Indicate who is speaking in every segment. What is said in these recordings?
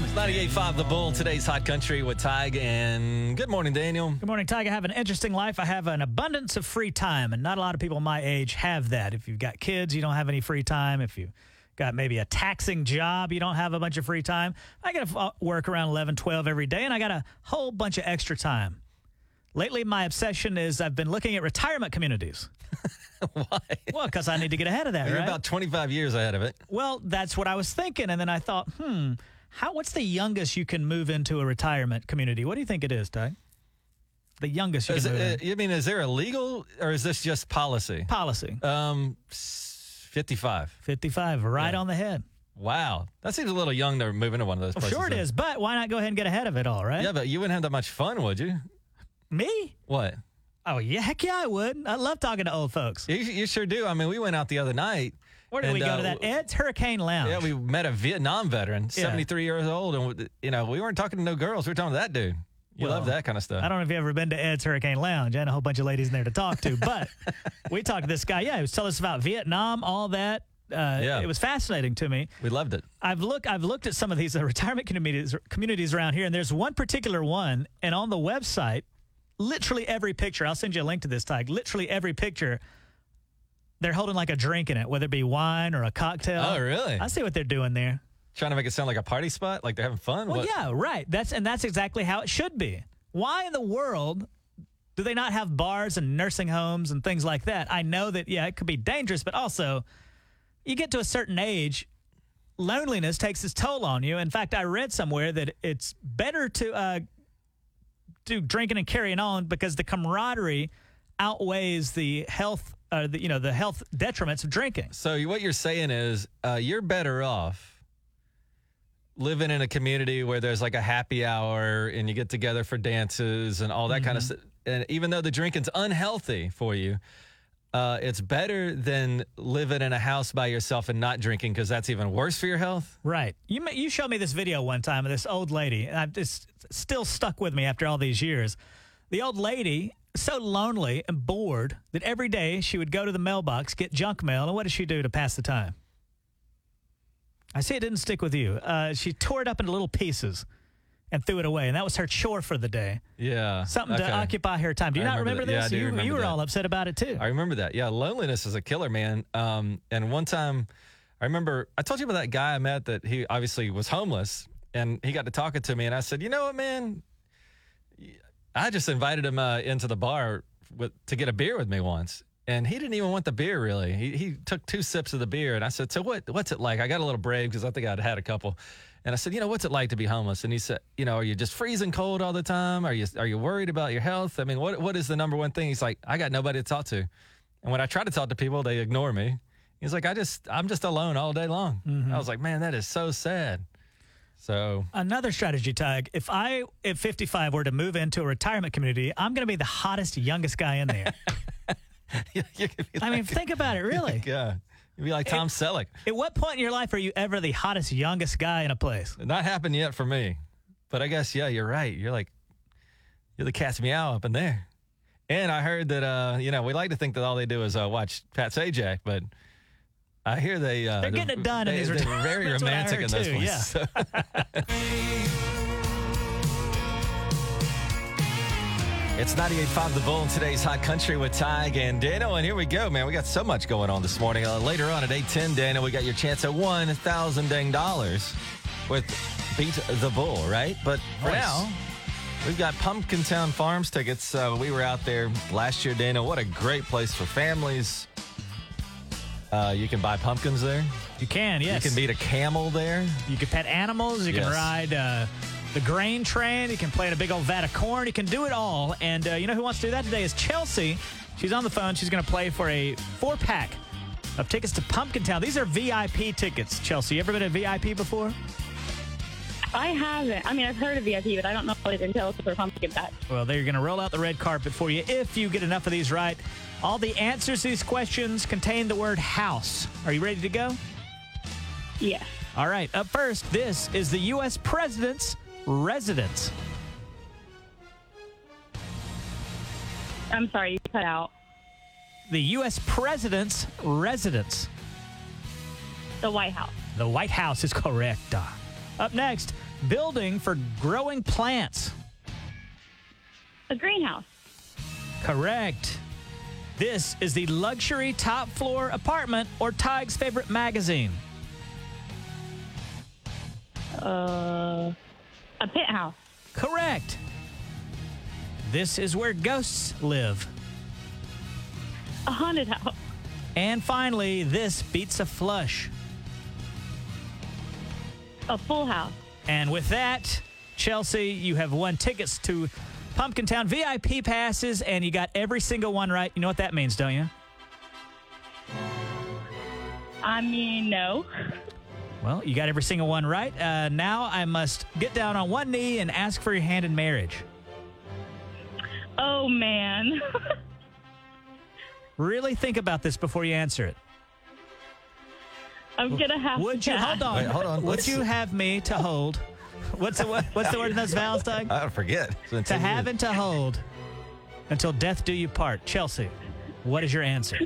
Speaker 1: 98.5 The Bull, today's Hot Country with Tig. And good morning, Daniel.
Speaker 2: Good morning, Tiger. I have an interesting life. I have an abundance of free time, and not a lot of people my age have that. If you've got kids, you don't have any free time. If you got maybe a taxing job, you don't have a bunch of free time. I got to work around 11, 12 every day, and I got a whole bunch of extra time. Lately, my obsession is I've been looking at retirement communities.
Speaker 1: Why?
Speaker 2: Well, because I need to get ahead of that,
Speaker 1: You're
Speaker 2: right?
Speaker 1: about 25 years ahead of it.
Speaker 2: well, that's what I was thinking, and then I thought, hmm, how? What's the youngest you can move into a retirement community? What do you think it is, Ty? The youngest you
Speaker 1: Is
Speaker 2: can move. in?
Speaker 1: it uh, you mean, is there a legal or is this just policy?
Speaker 2: policy.
Speaker 1: Um, s- 55.
Speaker 2: 55, right on the head.
Speaker 1: Wow. That seems a little young to move into one of those places.
Speaker 2: sure it
Speaker 1: though.
Speaker 2: is, but why not go ahead and get ahead of it all, right?
Speaker 1: Yeah, but you wouldn't have that much fun, would you?
Speaker 2: Me?
Speaker 1: What?
Speaker 2: Oh, yeah, heck yeah, I would. I love talking to old folks.
Speaker 1: You, you sure do. I mean, we went out the other night.
Speaker 2: Where did we
Speaker 1: and,
Speaker 2: go
Speaker 1: uh,
Speaker 2: to that? Ed's Hurricane Lounge.
Speaker 1: Yeah, we met a Vietnam veteran, 73 years old. And, we- you know, we weren't talking to no girls. We were talking to that dude. You love that kind of stuff.
Speaker 2: I don't know if you've ever been to Ed's Hurricane Lounge. I had a whole bunch of ladies in there to talk to, but we talked to this guy. Yeah, he was telling us about Vietnam, all that. Uh,
Speaker 1: Yeah.
Speaker 2: It was fascinating to me.
Speaker 1: we loved it.
Speaker 2: I've looked I've looked at some of these uh, retirement communities communities around here, and there's one particular one, and on the website, literally every picture. I'll send you a link to this tag. Literally every picture, they're holding like a drink in it, whether it be wine or a cocktail.
Speaker 1: Oh, really?
Speaker 2: I see what they're doing there.
Speaker 1: Trying to make it sound like a party spot, like they're having fun.
Speaker 2: Well,
Speaker 1: What-
Speaker 2: yeah, right. That's and that's exactly how it should be. Why in the world do they not have bars and nursing homes and things like that? I know that yeah, it could be dangerous, but also you get to a certain age, loneliness takes its toll on you. In fact, I read somewhere that it's better to uh, do drinking and carrying on because the camaraderie outweighs the health, uh, the, you know, the health detriments of drinking.
Speaker 1: So you- what you're saying is uh, you're better off living in a community where there's like a happy hour and you get together for dances and all that kind of
Speaker 2: Mm-hmm.
Speaker 1: stuff. And even though the drinking's unhealthy for you, uh, it's better than living in a house by yourself and not drinking because that's even worse for your health.
Speaker 2: Right. You ma- you showed me this video one time of this old lady. and I've just it's still stuck with me after all these years. The old lady so lonely and bored that every day she would go to the mailbox, get junk mail, and what does she do to pass the time? I see it didn't stick with you. Uh, she tore it up into little pieces and threw it away, and that was her chore for the day.
Speaker 1: Yeah,
Speaker 2: Something
Speaker 1: okay.
Speaker 2: to occupy her time. Do you
Speaker 1: I
Speaker 2: not
Speaker 1: remember that.
Speaker 2: remember,
Speaker 1: Yeah, I
Speaker 2: this?
Speaker 1: do
Speaker 2: you you
Speaker 1: remember
Speaker 2: were
Speaker 1: that.
Speaker 2: all upset about it too.
Speaker 1: I remember that. Yeah, loneliness is a killer, man. Um, and one time, I remember I told you about that guy I met that he obviously was homeless, and he got to talking to me, and I said, you know what, man, I just invited him uh, into the bar with, to get a beer with me once, and he didn't even want the beer really. He, he took two sips of the beer, and I said, "So what? What's it like?" I got a little brave because I think I'd had a couple, and I said, "You know, what's it like to be homeless?" And he said, "You know, are you just freezing cold all the time? Are you are you worried about your health? I mean, what what is the number one thing?" He's like, "I got nobody to talk to," and when I try to talk to people, they ignore me. He's like, "I just I'm just alone all day long." I was like, "Man, that is so sad." So
Speaker 2: Another strategy tag. If I at 55 were to move into a retirement community, I'm going to be the hottest youngest guy in there.
Speaker 1: you could be
Speaker 2: I mean, think about it really.
Speaker 1: like, uh, you'd be like Tom Selleck.
Speaker 2: At what point in your life are you ever the hottest youngest guy in a place?
Speaker 1: Not happened yet for me. But I guess, yeah, you're right. You're like, you're the cat's meow up in there. And I heard that, uh, you know, we like to think that all they do is uh, watch Pat Sajak, but I hear they. Uh,
Speaker 2: They're getting it done in
Speaker 1: they-
Speaker 2: these
Speaker 1: They're
Speaker 2: retirements.
Speaker 1: very
Speaker 2: That's what I
Speaker 1: romantic in
Speaker 2: heard
Speaker 1: those
Speaker 2: too, yeah.
Speaker 1: places. It's 98.5 The Bull in today's Hot Country with Tig and Dano. And here we go, man. We got so much going on this morning. Uh, later on at 8.10, Dano, we got your chance at $1,000 dang dollars with Beat the Bull, right? But for
Speaker 2: Nice.
Speaker 1: now, we've got Pumpkin Town Farms tickets. Uh, we were out there last year, Dano. What a great place for families. Uh, you can buy pumpkins there.
Speaker 2: You can, yes.
Speaker 1: You can beat a camel there.
Speaker 2: You can pet animals. You
Speaker 1: Yes.
Speaker 2: can ride uh, the grain train. You can play in a big old vat of corn. You can do it all. And uh, you know who wants to do that today is Chelsea. She's on the phone. She's going to play for a four pack of tickets to Pumpkin Town. These are VIP tickets, Chelsea. You ever been a VIP before?
Speaker 3: I haven't. I mean, I've heard of VIP, but I don't know what it entails for pumpkin patch.
Speaker 2: Well, they're going to roll out the red carpet for you if you get enough of these right. All the answers to these questions contain the word house. Are you ready to go?
Speaker 3: Yes.
Speaker 2: All right, up first, this is the U.S. President's residence.
Speaker 3: I'm sorry, you cut out.
Speaker 2: The U.S. President's residence.
Speaker 3: The White House.
Speaker 2: The White House is correct. Up next, building for growing plants.
Speaker 3: A greenhouse.
Speaker 2: Correct. This is the luxury top floor apartment or Tig's favorite magazine.
Speaker 3: Uh, a pit house.
Speaker 2: Correct. This is where ghosts live.
Speaker 3: A haunted house.
Speaker 2: And finally, this beats a flush.
Speaker 3: A full house.
Speaker 2: And with that, Chelsea, you have won tickets to Pumpkin Town VIP passes, and you got every single one right. You know what that means, don't you?
Speaker 3: I mean, no.
Speaker 2: Well, you got every single one right. Uh, now I must get down on one knee and ask for your hand in marriage.
Speaker 3: Oh, man.
Speaker 2: Really think about this before you answer it.
Speaker 3: I'm going to have
Speaker 2: Would
Speaker 3: to
Speaker 2: you hold on?
Speaker 1: Wait, hold on,
Speaker 2: Would
Speaker 1: let's-
Speaker 2: you have me to hold? What's the wo- what's the word in those vows, Doug?
Speaker 1: I forget. It's been
Speaker 2: to
Speaker 1: 10
Speaker 2: have
Speaker 1: years.
Speaker 2: and to hold until death do you part. Chelsea, what is your answer?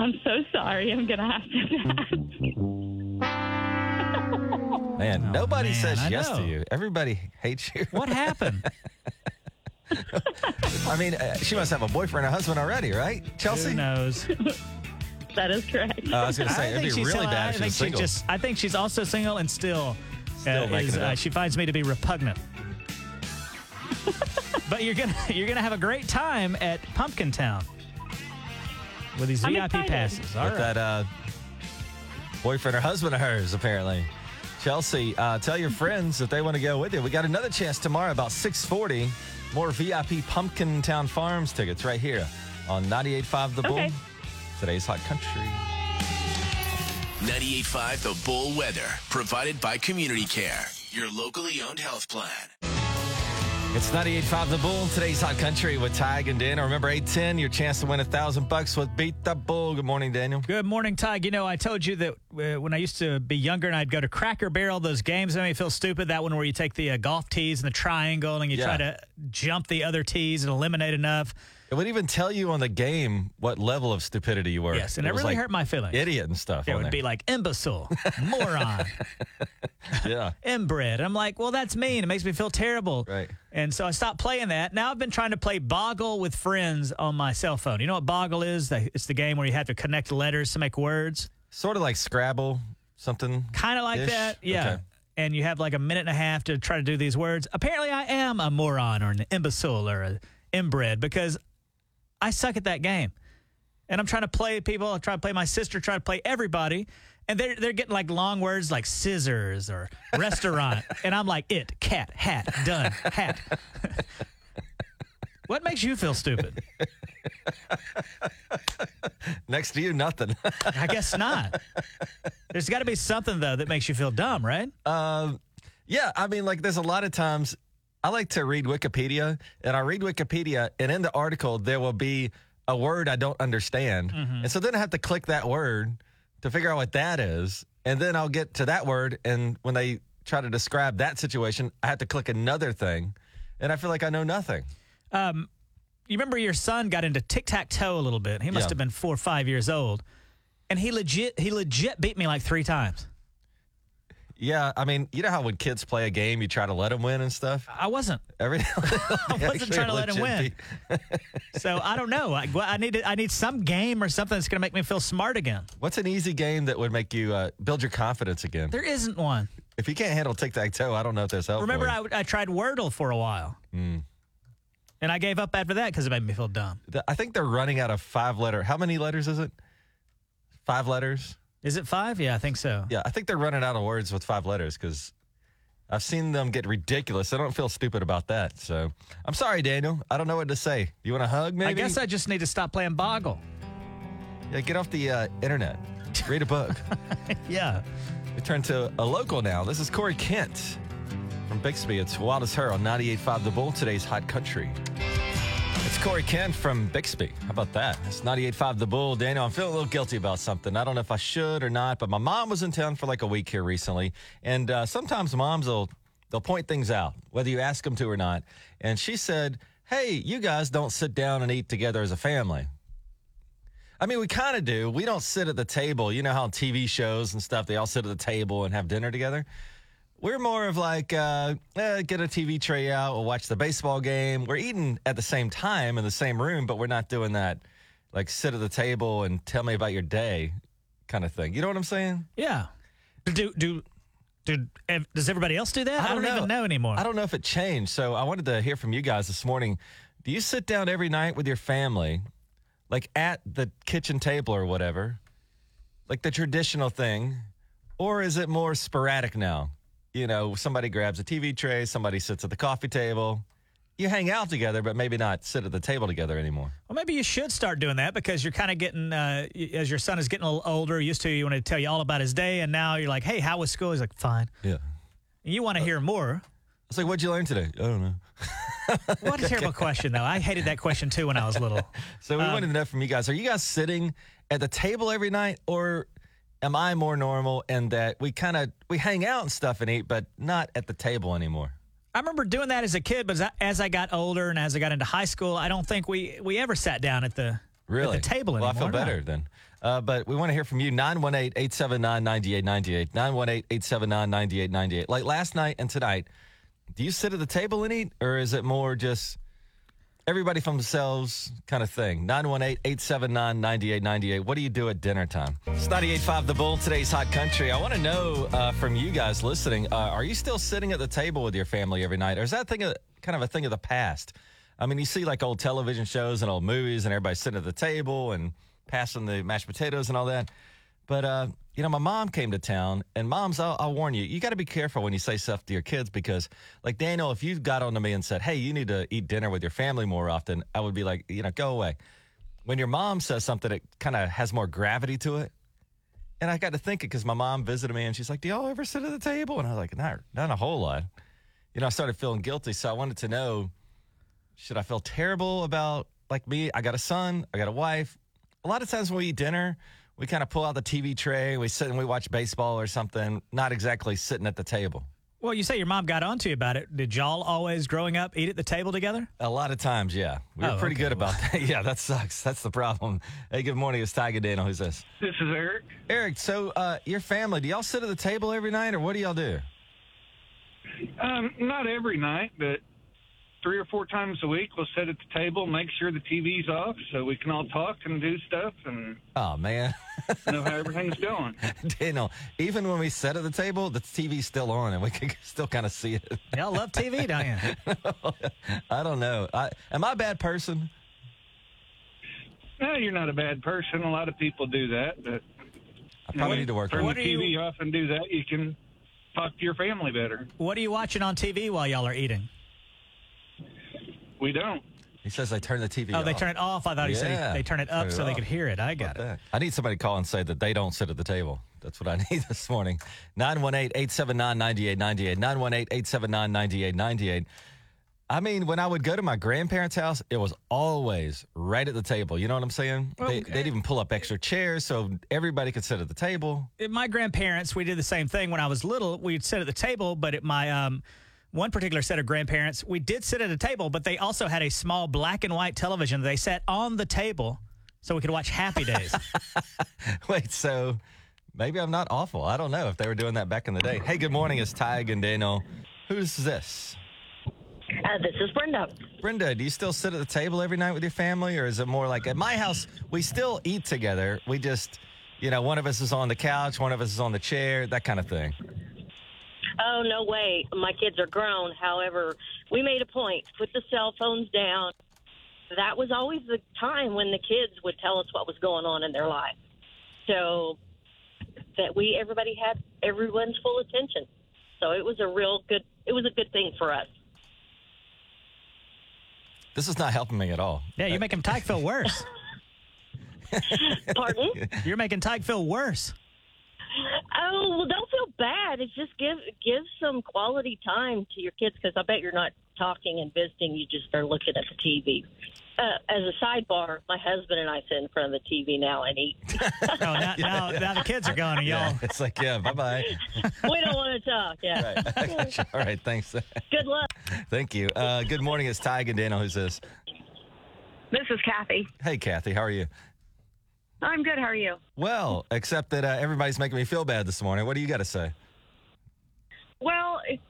Speaker 3: I'm so sorry. I'm going to have to pass.
Speaker 1: Man,
Speaker 2: Oh,
Speaker 1: nobody
Speaker 2: man,
Speaker 1: says
Speaker 2: I
Speaker 1: yes
Speaker 2: know.
Speaker 1: to you. Everybody hates you.
Speaker 2: What happened?
Speaker 1: I mean, uh, she must have a boyfriend or husband already, right? Chelsea?
Speaker 2: Who knows?
Speaker 3: That is correct.
Speaker 1: Uh, I was going to
Speaker 2: I
Speaker 1: say,
Speaker 2: think
Speaker 1: it'd be
Speaker 2: she's
Speaker 1: really
Speaker 2: still-
Speaker 1: bad
Speaker 2: I
Speaker 1: if she
Speaker 2: think
Speaker 1: was
Speaker 2: she
Speaker 1: single.
Speaker 2: just. I think she's also single and still. uh,
Speaker 1: Still making it up.
Speaker 2: she finds me to be repugnant. but you're gonna you're gonna have a great time at Pumpkin Town with these
Speaker 3: I'm
Speaker 2: VIP
Speaker 3: excited.
Speaker 2: passes. All
Speaker 1: with
Speaker 2: right.
Speaker 1: that uh, boyfriend or husband of hers, apparently. Chelsea, uh, tell your friends if they want to go with you. We got another chance tomorrow about 640. More VIP Pumpkin Town Farms tickets right here on 98.5 The Bull.
Speaker 3: Okay.
Speaker 1: Today's Hot Country.
Speaker 4: 98.5 The Bull Weather, provided by Community Care, your locally owned health plan.
Speaker 1: It's 98.5 The Bull, today's Hot Country with Tig and Daniel. Remember, 810, your chance to win a 1000 bucks with Beat the Bull. Good morning, Daniel.
Speaker 2: Good morning, Tig. You know, I told you that uh, when I used to be younger and I'd go to Cracker Barrel, those games that made me feel stupid. That one where you take the uh, golf tees and the triangle and you
Speaker 1: Yeah.
Speaker 2: try to jump the other tees and eliminate enough.
Speaker 1: It would even tell you on the game what level of stupidity you were.
Speaker 2: Yes, and it,
Speaker 1: was
Speaker 2: really
Speaker 1: like
Speaker 2: hurt my feelings.
Speaker 1: Idiot and stuff.
Speaker 2: It
Speaker 1: on
Speaker 2: would
Speaker 1: there.
Speaker 2: be like imbecile, moron,
Speaker 1: yeah.
Speaker 2: inbred. I'm like, well, that's mean. It makes me feel terrible.
Speaker 1: Right.
Speaker 2: And so I stopped playing that. Now I've been trying to play Boggle with friends on my cell phone. You know what Boggle is? They- It's the game where you have to connect letters to make words.
Speaker 1: Sort of like Scrabble, something.
Speaker 2: kind of like
Speaker 1: Ish?
Speaker 2: that. Yeah.
Speaker 1: Okay.
Speaker 2: And you have like a minute and a half to try to do these words. Apparently, I am a moron or an imbecile or an inbred because I suck at that game. And I'm trying to play people. I try to play my sister. Try to play everybody. And they're they're getting like long words like scissors or restaurant. and I'm like it, cat, hat, done, hat. what makes you feel stupid?
Speaker 1: Next to you, nothing.
Speaker 2: I guess not. There's got to be something though that makes you feel dumb, right?
Speaker 1: um, yeah, I mean, like, there's a lot of times I like to read Wikipedia, and I read Wikipedia, and in the article, there will be a word I don't understand.
Speaker 2: Mm-hmm.
Speaker 1: And so then I have to click that word to figure out what that is. And then I'll get to that word. And when they try to describe that situation, I have to click another thing. And I feel like I know nothing.
Speaker 2: you remember your son got into tic tac toe a little bit. He must
Speaker 1: Yeah.
Speaker 2: have been four or five years old, and he legit he legit beat me like three times.
Speaker 1: Yeah, I mean, you know how when kids play a game, you try to let them win and stuff?
Speaker 2: I wasn't,
Speaker 1: Every, I
Speaker 2: wasn't trying to let him win. so I don't know. I, well, I need to, I need some game or something that's going to make me feel smart again.
Speaker 1: What's an easy game that would make you uh, build your confidence again?
Speaker 2: There isn't one.
Speaker 1: If you can't handle tic tac toe, I don't know if there's help.
Speaker 2: Remember,
Speaker 1: for
Speaker 2: I,
Speaker 1: you.
Speaker 2: w- I tried Wordle for a while, and I gave up after that because it made me feel dumb.
Speaker 1: The- I think they're running out of five letter. How many letters is it? Five letters.
Speaker 2: Is it five? Yeah, I think so.
Speaker 1: Yeah, I think they're running out of words with five letters because I've seen them get ridiculous. I don't feel stupid about that. So I'm sorry, Daniel. I don't know what to say. You want a hug? Maybe.
Speaker 2: I guess I just need to stop playing Boggle.
Speaker 1: yeah, get off the uh, internet. Read a book.
Speaker 2: Yeah.
Speaker 1: We turn to a local now. This is Corey Kent from Bixby. It's Wild as Her on 98.5 The Bull, today's hot country. It's Corey Kent from Bixby. How about that? It's 98.5 The Bull. Daniel, I'm feeling a little guilty about something. I don't know if I should or not, but my mom was in town for like a week here recently. And uh, sometimes moms will they'll point things out, whether you ask them to or not. And she said, hey, you guys don't sit down and eat together as a family. I mean, we kind of do. We don't sit at the table. You know how on TV shows and stuff, they all sit at the table and have dinner together. We're more of like uh, eh, get a TV tray out, we'll watch the baseball game. We're eating at the same time in the same room, but we're not doing that like sit at the table and tell me about your day kind of thing. You know what I'm saying?
Speaker 2: Yeah. Do do do ev- does everybody else do that? I don't, even know anymore.
Speaker 1: I don't know if it changed. So I wanted to hear from you guys this morning. Do you sit down every night with your family, like at the kitchen table or whatever, like the traditional thing, or is it more sporadic now? You know, somebody grabs a TV tray, somebody sits at the coffee table. You hang out together, but maybe not sit at the table together anymore.
Speaker 2: Well, maybe you should start doing that because you're kind of getting, uh, y- as your son is getting a little older, used to, you want to tell you all about his day, and now you're like, hey, how was school? He's like, fine.
Speaker 1: Yeah.
Speaker 2: And you want to hear more.
Speaker 1: It's like, what'd you learn today? I don't know.
Speaker 2: What a terrible question, though. I hated that question too when I was little.
Speaker 1: So we
Speaker 2: Um,
Speaker 1: wanted to know from you guys: Are you guys sitting at the table every night, or am I more normal in that we kind of we hang out and stuff and eat, but not at the table anymore?
Speaker 2: I remember doing that as a kid, but as I, as I got older and as I got into high school, I don't think we, we ever sat down at the
Speaker 1: Really?
Speaker 2: at the table
Speaker 1: Well,
Speaker 2: anymore.
Speaker 1: I feel
Speaker 2: no.
Speaker 1: better then. Uh, but we want to hear from you 918 879 9898. 918 879 9898. Like last night and tonight, do you sit at the table and eat, or is it more just everybody for themselves kind of thing? 918 879 9898. What do you do at dinner time? It's 985 The Bull, today's hot country. I want to know uh, from you guys listening uh, are you still sitting at the table with your family every night, or is that thing of, kind of a thing of the past? I mean, you see like old television shows and old movies, and everybody sitting at the table and passing the mashed potatoes and all that. But uh, you know, my mom came to town, and moms, I'll, I'll warn you, you got to be careful when you say stuff to your kids because, like Daniel, if you got onto me and said, "Hey, you need to eat dinner with your family more often," I would be like, you know, go away. When your mom says something, it kind of has more gravity to it. And I got to thinking because my mom visited me, and she's like, "Do y'all ever sit at the table?" And I was like, "Not, not a whole lot." You know, I started feeling guilty, so I wanted to know: Should I feel terrible about like me? I got a son, I got a wife, a lot of times when we eat dinner, we kind of pull out the TV tray, we sit and we watch baseball or something, not exactly sitting at the table.
Speaker 2: Well, you say your mom got onto you about it. Did y'all always, growing up, eat at the table together?
Speaker 1: A lot of times, yeah. We were
Speaker 2: Oh,
Speaker 1: pretty
Speaker 2: okay,
Speaker 1: good about that. yeah, that sucks. That's the problem. Hey, good morning. It's Tiger Daniel. Who's this?
Speaker 5: This is Eric.
Speaker 1: Eric, so uh, your family, do y'all sit at the table every night or what do y'all do?
Speaker 5: Um, not every night, but three or four times a week, we'll sit at the table, make sure the TV's off, so we can all talk and do stuff and
Speaker 1: Oh, man.
Speaker 5: know how everything's going.
Speaker 1: Daniel, even when we sit at the table, the TV's still on and we can still kind of see it.
Speaker 2: Y'all love TV, don't you?
Speaker 1: I don't know. I, am I a bad person?
Speaker 5: No, you're not a bad person. A lot of people do that, but
Speaker 1: I probably need to work
Speaker 5: turn
Speaker 1: on
Speaker 5: the
Speaker 1: it.
Speaker 2: do you-
Speaker 5: TV off and do that. You can talk to your family better.
Speaker 2: What are you watching on TV while y'all are eating?
Speaker 5: We don't.
Speaker 1: He says they turn the TV
Speaker 2: Oh, they
Speaker 1: off.
Speaker 2: turn it off. I thought he
Speaker 1: Yeah.
Speaker 2: said they turn it up
Speaker 1: Turn it
Speaker 2: so they
Speaker 1: off.
Speaker 2: could hear it. I got it.
Speaker 1: I need somebody to call and say that they don't sit at the table. That's what I need this morning. 918 879 9898. 918 879 9898. I mean, when I would go to my grandparents' house, it was always right at the table. You know what I'm saying? They, they'd even pull up extra chairs so everybody could sit at the table.
Speaker 2: At my grandparents, we did the same thing when I was little. We'd sit at the table, but at my um, one particular set of grandparents, we did sit at a table, but they also had a small black and white television. They sat on the table so we could watch Happy Days.
Speaker 1: Wait, so maybe I'm not awful. I don't know if they were doing that back in the day. Hey, good morning. It's Ty and Daniel. Who's this?
Speaker 6: Uh, this is Brenda.
Speaker 1: Brenda, do you still sit at the table every night with your family, or is it more like at my house we still eat together? We just, you know, one of us is on the couch, one of us is on the chair, that kind of thing.
Speaker 6: Oh, no way. My kids are grown. However, we made a point put the cell phones down. That was always the time when the kids would tell us what was going on in their life. So that we everybody had everyone's full attention. So it was a real good it was a good thing for us.
Speaker 1: This is not helping me at all.
Speaker 2: yeah, you make him Tyke feel worse.
Speaker 6: Pardon?
Speaker 2: You're making Tyke feel worse.
Speaker 6: oh, well don't feel bad. It's just give give some quality time to your kids cuz I bet you're not talking and visiting, you just are looking at the TV. Uh, as a sidebar, my husband and I sit in front of the TV now and eat.
Speaker 2: Oh, now, now, now the kids are gone, and y'all.
Speaker 1: It's like, yeah, bye bye.
Speaker 6: we don't want to talk. Yeah.
Speaker 1: all right, thanks.
Speaker 6: Good luck.
Speaker 1: Thank you. Uh, good morning. It's Ty and Daniel. Who's this?
Speaker 7: This is Kathy.
Speaker 1: Hey, Kathy, how are you?
Speaker 7: I'm good. How are you?
Speaker 1: Well, except that uh, everybody's making me feel bad this morning. What do you got to say?
Speaker 7: Well, it-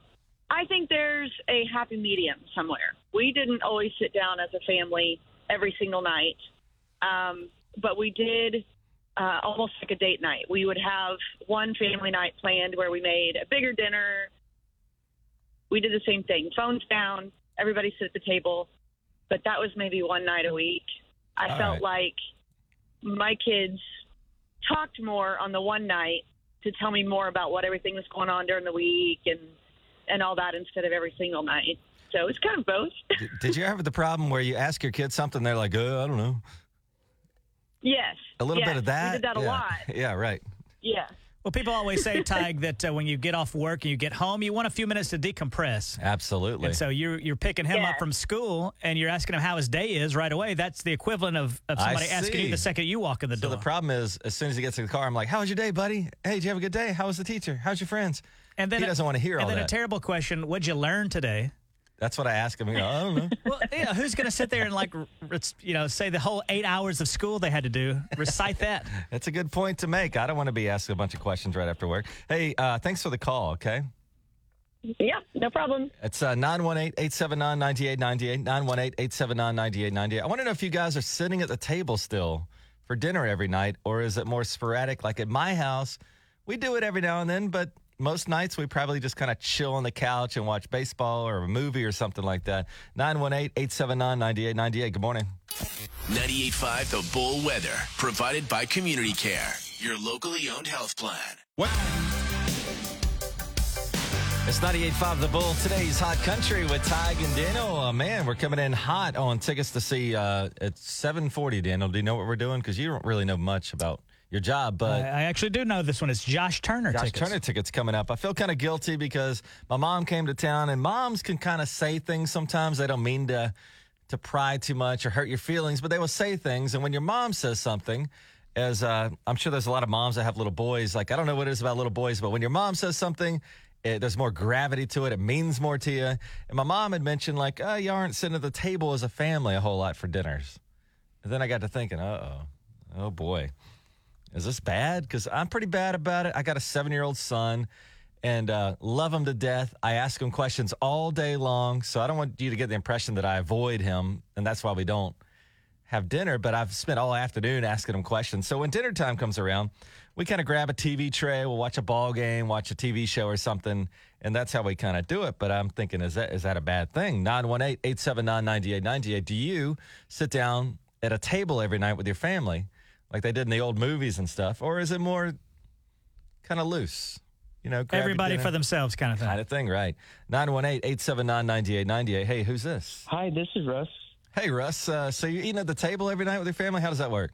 Speaker 7: I think there's a happy medium somewhere. We didn't always sit down as a family every single night, um, but we did uh, almost like a date night. We would have one family night planned where we made a bigger dinner. We did the same thing phones down, everybody sit at the table, but that was maybe one night a week. I
Speaker 1: All
Speaker 7: felt like my kids talked more on the one night to tell me more about what everything was going on during the week and and all that instead of every single night. So it's kind of both.
Speaker 1: D- Did you ever have the problem where you ask your kid something, they're like, uh, I don't know.
Speaker 7: yes.
Speaker 1: A little
Speaker 7: yes,
Speaker 1: bit of that.
Speaker 7: We did that a
Speaker 1: yeah.
Speaker 7: lot.
Speaker 1: Yeah, right.
Speaker 7: Yeah.
Speaker 2: Well, people always say, Tig, that uh, when you get off work and you get home, you want a few minutes to decompress.
Speaker 1: Absolutely.
Speaker 2: And so you're you're picking him
Speaker 7: Yeah.
Speaker 2: up from school and you're asking him how his day is right away. That's the equivalent of, of
Speaker 1: I
Speaker 2: somebody asking
Speaker 1: see.
Speaker 2: you the second you walk in the
Speaker 1: So
Speaker 2: door.
Speaker 1: the problem is, as soon as he gets in the car, I'm like, "How was your day, buddy? Hey, did you have a good day? How was the teacher? How's your friends?"
Speaker 2: and then
Speaker 1: he
Speaker 2: a-
Speaker 1: doesn't want to hear
Speaker 2: and
Speaker 1: all
Speaker 2: then
Speaker 1: that.
Speaker 2: a terrible question: What'd you learn today?
Speaker 1: That's what I ask him. I go, I don't know.
Speaker 2: Well, yeah, who's going to sit there and like, r- r- you know, say the whole eight hours of school they had to do? Recite that.
Speaker 1: That's a good point to make. I don't want to be asked a bunch of questions right after work. Hey, uh, thanks for the call. Okay,
Speaker 7: Yeah. No problem.
Speaker 1: it's uh, nine one eight eight seven nine ninety eight ninety eight nine one eight eight seven nine ninety eight ninety eight. I want to know if you guys are sitting at the table still for dinner every night, or is it more sporadic? Like at my house, we do it every now and then, but most nights we probably just kind of chill on the couch and watch baseball or a movie or something like that. 918-879-9898. Good morning.
Speaker 4: 98.5 The Bull Weather, provided by Community Care, your locally owned health plan.
Speaker 1: It's 98.5 The Bull. Today's Hot Country with Ty and Daniel. Oh, man, we're coming in hot on tickets to see uh, at 740, Daniel. Do you know what we're doing? Because you don't really know much about your job,
Speaker 2: I,
Speaker 1: but
Speaker 2: I actually do know this one. It's Josh Turner
Speaker 1: Josh
Speaker 2: tickets.
Speaker 1: Turner tickets coming up. I feel kind of guilty because my mom came to town, and moms can kind of say things sometimes. They don't mean to to pry too much or hurt your feelings, but they will say things. And when your mom says something, as uh, I'm sure there's a lot of moms that have little boys. Like I don't know what it is about little boys, but when your mom says something. It, there's more gravity to it. It means more to you. And my mom had mentioned, like, oh, you aren't sitting at the table as a family a whole lot for dinners. And then I got to thinking, uh oh, oh boy is this bad? Because I'm pretty bad about it. I got a seven year old son and uh, love him to death. I ask him questions all day long. So I don't want you to get the impression that I avoid him. And that's why we don't have dinner. But I've spent all afternoon asking him questions. So when dinner time comes around, we kind of grab a TV tray. We'll watch a ball game, watch a TV show or something. And that's how we kind of do it. But I'm thinking, is that is that a bad thing? 918 879 9898. Do you sit down at a table every night with your family? like they did in the old movies and stuff, or is it more kind of loose? You know, grab your
Speaker 2: Everybody
Speaker 1: dinner
Speaker 2: for themselves, kind of thing.
Speaker 1: kind of thing, right? 918-879-9898. Hey, who's this?
Speaker 8: Hi, this is Russ.
Speaker 1: Hey, Russ. Uh, so you're eating at the table every night with your family? How does that work?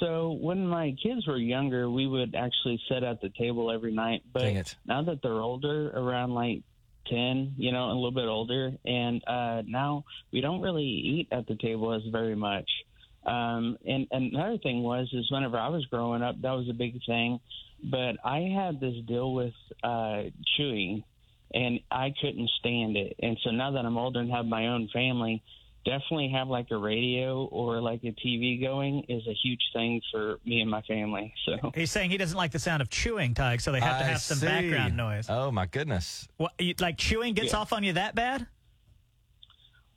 Speaker 8: So when my kids were younger, we would actually sit at the table every night. But
Speaker 1: Dang it.
Speaker 8: now that they're older, around like ten, you know, a little bit older, and uh, now we don't really eat at the table as very much. Um, and, and another thing was is whenever I was growing up, that was a big thing. But I had this deal with uh, Chewy, and I couldn't stand it. And so now that I'm older and have my own family, definitely have like a radio or like a TV going is a huge thing for me and my family. So
Speaker 2: He's saying he doesn't like the sound of chewing, Tig, so they have to
Speaker 1: I
Speaker 2: have some
Speaker 1: see.
Speaker 2: background noise.
Speaker 1: Oh, my goodness.
Speaker 2: What, you, like chewing gets
Speaker 8: Yeah.
Speaker 2: off on you that bad?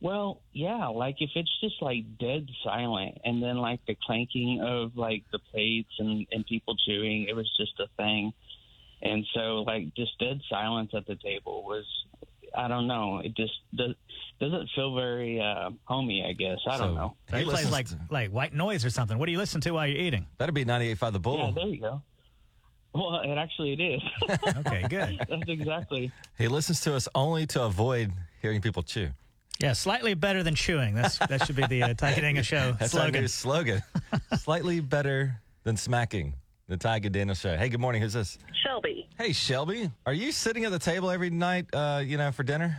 Speaker 8: Well, yeah, like if it's just like dead silent and then like the clanking of like the plates and, and people chewing, it was just a thing. And so like just dead silence at the table was I don't know, it just does, doesn't feel very uh homey, I guess. I don't
Speaker 1: So
Speaker 8: know.
Speaker 1: he
Speaker 2: He plays
Speaker 1: listens
Speaker 2: like
Speaker 1: to-
Speaker 2: like white noise or something. What do you listen to while you're eating?
Speaker 1: That'd be 98.5 The
Speaker 8: Yeah,
Speaker 1: Bull.
Speaker 8: there you go. Well, it actually it is.
Speaker 2: Okay, good.
Speaker 8: That's exactly.
Speaker 1: he listens to us only to avoid hearing people chew.
Speaker 2: Yeah, slightly better than chewing. That's that should be the uh, Tig and Inga show
Speaker 1: That's our
Speaker 2: slogan.
Speaker 1: new slogan. Slightly better than smacking. The Tiger Daniel Show. Hey, good morning. Who's this?
Speaker 7: Shelby.
Speaker 1: Hey, Shelby. Are you sitting at the table every night, uh, you know, for dinner?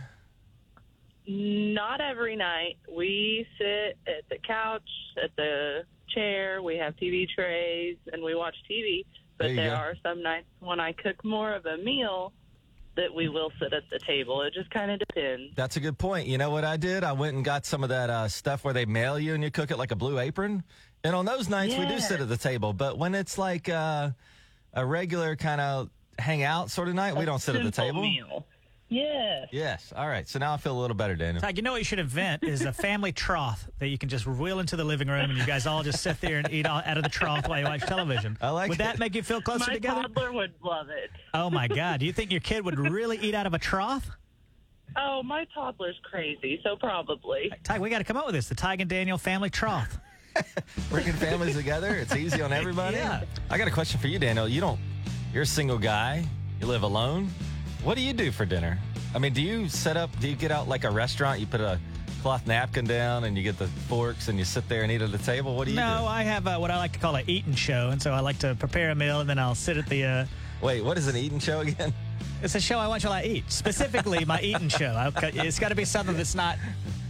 Speaker 7: Not every night. We sit at the couch, at the chair. We have TV trays, and we watch TV.
Speaker 1: There
Speaker 7: But
Speaker 1: you
Speaker 7: there
Speaker 1: go.
Speaker 7: are some nights when I cook more of a meal that we will sit at the table. It just kind of depends.
Speaker 1: That's a good point. You know what I did? I went and got some of that uh, stuff where they mail you and you cook it like a blue apron. And on those nights, we do sit at the table. But when it's like uh, a regular kind of hang out sort of night. We don't sit at the
Speaker 9: Simple
Speaker 1: table.
Speaker 9: Meal. Yes.
Speaker 1: Yes. All right. So now I feel a little better, Daniel.
Speaker 2: Todd, you know what you should invent is a family trough that you can just wheel into the living room and you guys all just sit there and eat all out of the trough while you watch television.
Speaker 1: I like
Speaker 2: Would
Speaker 1: it.
Speaker 2: that make you feel closer
Speaker 9: My
Speaker 2: together?
Speaker 9: toddler would love it.
Speaker 2: Oh my God! Do you think your kid would really eat out of a trough?
Speaker 9: Oh, my toddler's crazy, so probably.
Speaker 2: Ty, we got to come up with this: the Ty and Daniel family trough.
Speaker 1: Bringing families together. It's easy on everybody.
Speaker 2: Yeah.
Speaker 1: I got a question for you, Daniel. You don't. You're a single guy. You live alone. What do you do for dinner? I mean, do you set up? Do you get out like a restaurant? You put a cloth napkin down and you get the forks and you sit there and eat at the table. What do you
Speaker 2: No, I have uh what I like to call an eat and show, and so I like to prepare a meal and then I'll sit at the. Uh,
Speaker 1: do? Wait, what is an eating show again?
Speaker 2: it's a show I watch while I eat, specifically my eat and show. I've got- it's got to be something that's not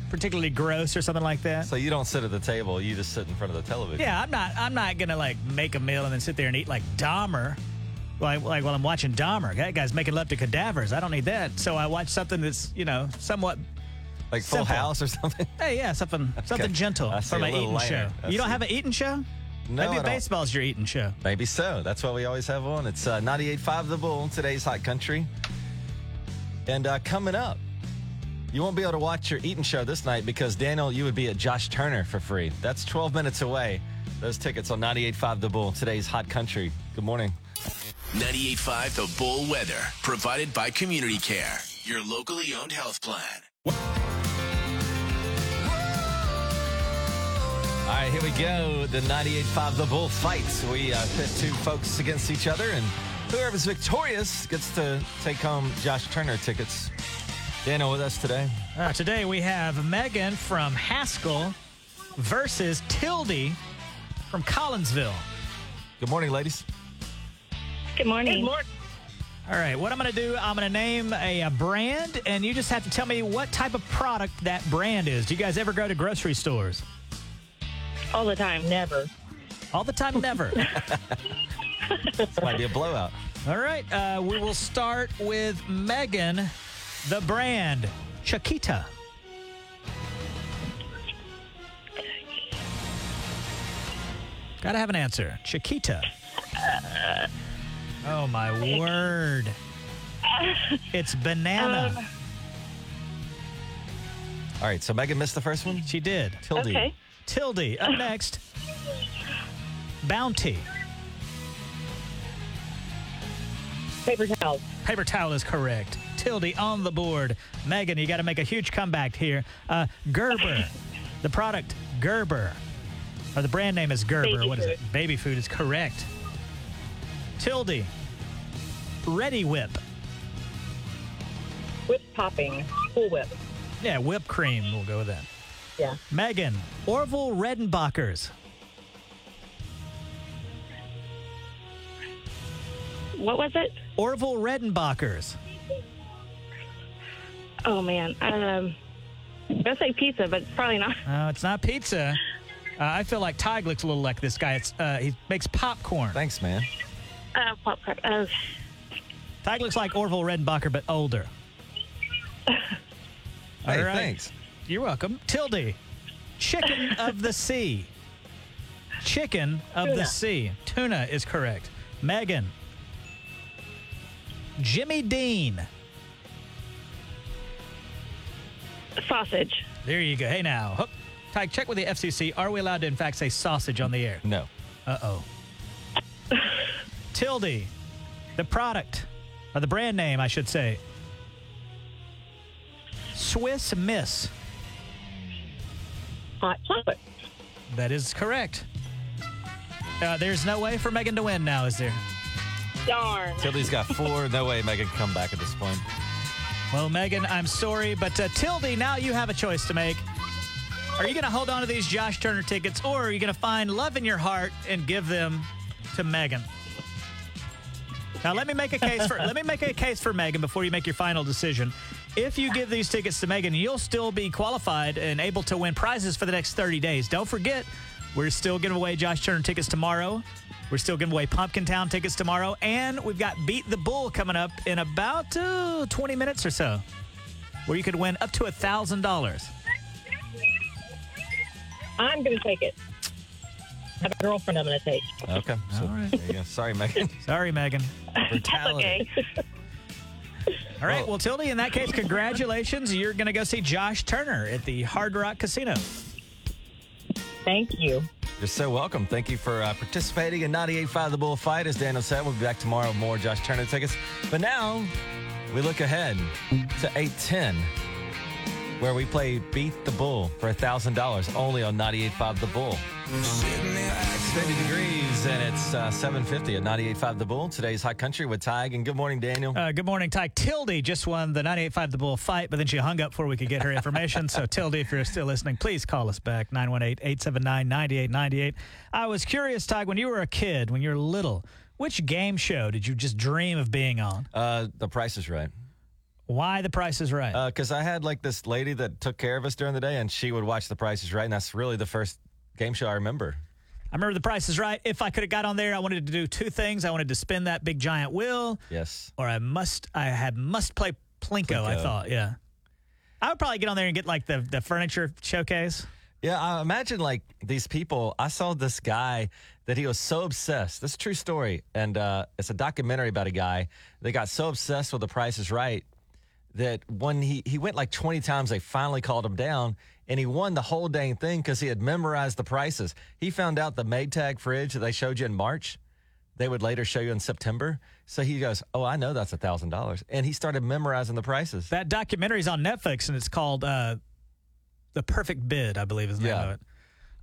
Speaker 2: particularly gross or something like that.
Speaker 1: So you don't sit at the table. You just sit in front of the television.
Speaker 2: Yeah, I'm not. I'm not gonna like make a meal and then sit there and eat like Dahmer, like like while I'm watching Dahmer. That guy's making love to cadavers. I don't need that. So I watch something that's you know somewhat.
Speaker 1: Like Full
Speaker 2: Simple.
Speaker 1: House or something.
Speaker 2: Hey, yeah, something something gentle
Speaker 1: I see
Speaker 2: from
Speaker 1: a
Speaker 2: an
Speaker 1: little
Speaker 2: eating
Speaker 1: layer.
Speaker 2: show.
Speaker 1: I
Speaker 2: you don't
Speaker 1: see.
Speaker 2: have an eating show?
Speaker 1: No, I
Speaker 2: Maybe
Speaker 1: don't.
Speaker 2: baseball's your eating show.
Speaker 1: Maybe so. That's what we always have on. It's uh, 98.5 The Bull, today's hot country. And uh, coming up, you won't be able to watch your eating show this night because, Daniel, you would be at Josh Turner for free. That's 12 minutes away. Those tickets on 98.5 The Bull, today's hot country. Good morning.
Speaker 4: 98.5 The Bull Weather, provided by Community Care, your locally owned health plan.
Speaker 1: All right, here we go. The 98.5 The Bull fights. We uh, pit two folks against each other, and whoever's victorious gets to take home Josh Turner tickets. Daniel with us today.
Speaker 2: All right, today we have Megan from Haskell versus Tildy from Collinsville.
Speaker 1: Good morning, ladies.
Speaker 3: Good morning.
Speaker 9: Good morning.
Speaker 2: All right, what I'm going to do, I'm going to name a, a brand, and you just have to tell me what type of product that brand is. Do you guys ever go to grocery stores?
Speaker 3: All the time.
Speaker 9: Never.
Speaker 2: All the time, never.
Speaker 1: This might be a blowout.
Speaker 2: All right, uh, we will start with Megan, the brand Chiquita. Gotta have an answer. Chiquita. Oh my word. It's banana.
Speaker 1: All right, so Megan missed the first one.
Speaker 2: she did.
Speaker 1: Tildy.
Speaker 3: Okay.
Speaker 2: Tildy, up next. Bounty.
Speaker 3: Paper towels.
Speaker 2: Paper towel is correct. Tilde on the board. Megan, you got to make a huge comeback here. Uh, Gerber, the product Gerber, or the brand name is Gerber. What is
Speaker 3: Baby food.
Speaker 2: it? Baby food is correct. Tilde, Ready Whip.
Speaker 9: Whip topping. Cool whip.
Speaker 2: Yeah, whipped cream. We'll go with that.
Speaker 9: Yeah.
Speaker 2: Megan, Orville Redenbacher's.
Speaker 3: What was it?
Speaker 2: Orville Redenbacher's.
Speaker 3: Oh man. Um, I was say pizza, but it's probably not.
Speaker 2: Uh, it's not pizza. Uh, I feel like Tig looks a little like this guy. It's uh, he makes popcorn.
Speaker 1: Thanks, man.
Speaker 3: Uh, popcorn. Uh,
Speaker 2: Tig looks like Orville Redenbacher, but older.
Speaker 1: Hey,
Speaker 2: All right.
Speaker 1: thanks.
Speaker 2: You're welcome. Tilde, chicken of the sea. Chicken of the sea. Tuna is correct. Megan, Jimmy Dean.
Speaker 3: sausage.
Speaker 2: There you go. Hey now, Hook. Tyke, check with the FCC. Are we allowed to, in fact, say sausage on the air?
Speaker 1: No.
Speaker 2: Uh oh. Tilde, the product, or the brand name, I should say. Swiss Miss.
Speaker 9: Hot chocolate.
Speaker 2: That is correct. Uh, there's no way for Megan to win now, is there?
Speaker 9: Darn.
Speaker 1: Tildy's got four. No way Megan can come back at this point.
Speaker 2: Well, Megan, I'm sorry, but uh, Tildy, now you have a choice to make. Are you going to hold on to these Josh Turner tickets, or are you going to find love in your heart and give them to Megan? Now, let me make a case for let me make a case for Megan before you make your final decision. If you give these tickets to Megan, you'll still be qualified and able to win prizes for the next 30 days. Don't forget, we're still giving away Josh Turner tickets tomorrow. We're still giving away Pumpkin Town tickets tomorrow, and we've got Beat the Bull coming up in about uh, 20 minutes or so, where you could win up to thousand dollars.
Speaker 9: I'm going to take it.
Speaker 6: I have a girlfriend I'm going to take.
Speaker 1: Okay. So there you go. Sorry, Megan.
Speaker 2: Sorry, Megan.
Speaker 1: Brutality.
Speaker 2: All right. Well, Tildy, in that case, congratulations. You're going to go see Josh Turner at the Hard Rock Casino.
Speaker 6: Thank you.
Speaker 1: You're so welcome. Thank you for uh, participating in 98.5 The Bullfight. As Daniel said, we'll be back tomorrow with more Josh Turner tickets. But now we look ahead to 810, where we play Beat the Bull for $1,000 only on 98.5 The Bull. It's 50 degrees and it's uh, 750 at 98.5 The Bull. Today's Hot Country with Tig. And good morning, Daniel.
Speaker 2: Uh, good morning, Ty. Tildy just won the 98.5 The Bull fight, but then she hung up before we could get her information. so, Tildy, if you're still listening, please call us back, 918-879-9898. I was curious, Ty, when you were a kid, when you were little, which game show did you just dream of being on?
Speaker 1: Uh, the price is right.
Speaker 2: Why The Price is Right?
Speaker 1: because I had like this lady that took care of us during the day, and she would watch The Price is Right, and that's really the first game show I remember.
Speaker 2: I remember The Price is Right. If I could have got on there, I wanted to do two things. I wanted to spin that big giant wheel,
Speaker 1: Yes,
Speaker 2: or I must, I had must play Plinko, I
Speaker 1: Plinko.
Speaker 2: thought, yeah. I would probably get on there and get like the, the furniture showcase.
Speaker 1: yeah. I imagine like these people. I saw this guy that he was so obsessed. This is a true story, and uh, it's a documentary about a guy that got so obsessed with The Price is Right that when he he went like twenty times, they finally called him down, and he won the whole dang thing because he had memorized the prices. He found out the Maytag fridge that they showed you in March. they would later show you in September. So he goes, Oh, I know that's a thousand dollars. And he started memorizing the prices.
Speaker 2: That documentary's on Netflix and it's called uh, The Perfect Bid, I believe is the name
Speaker 1: Yeah.
Speaker 2: of it.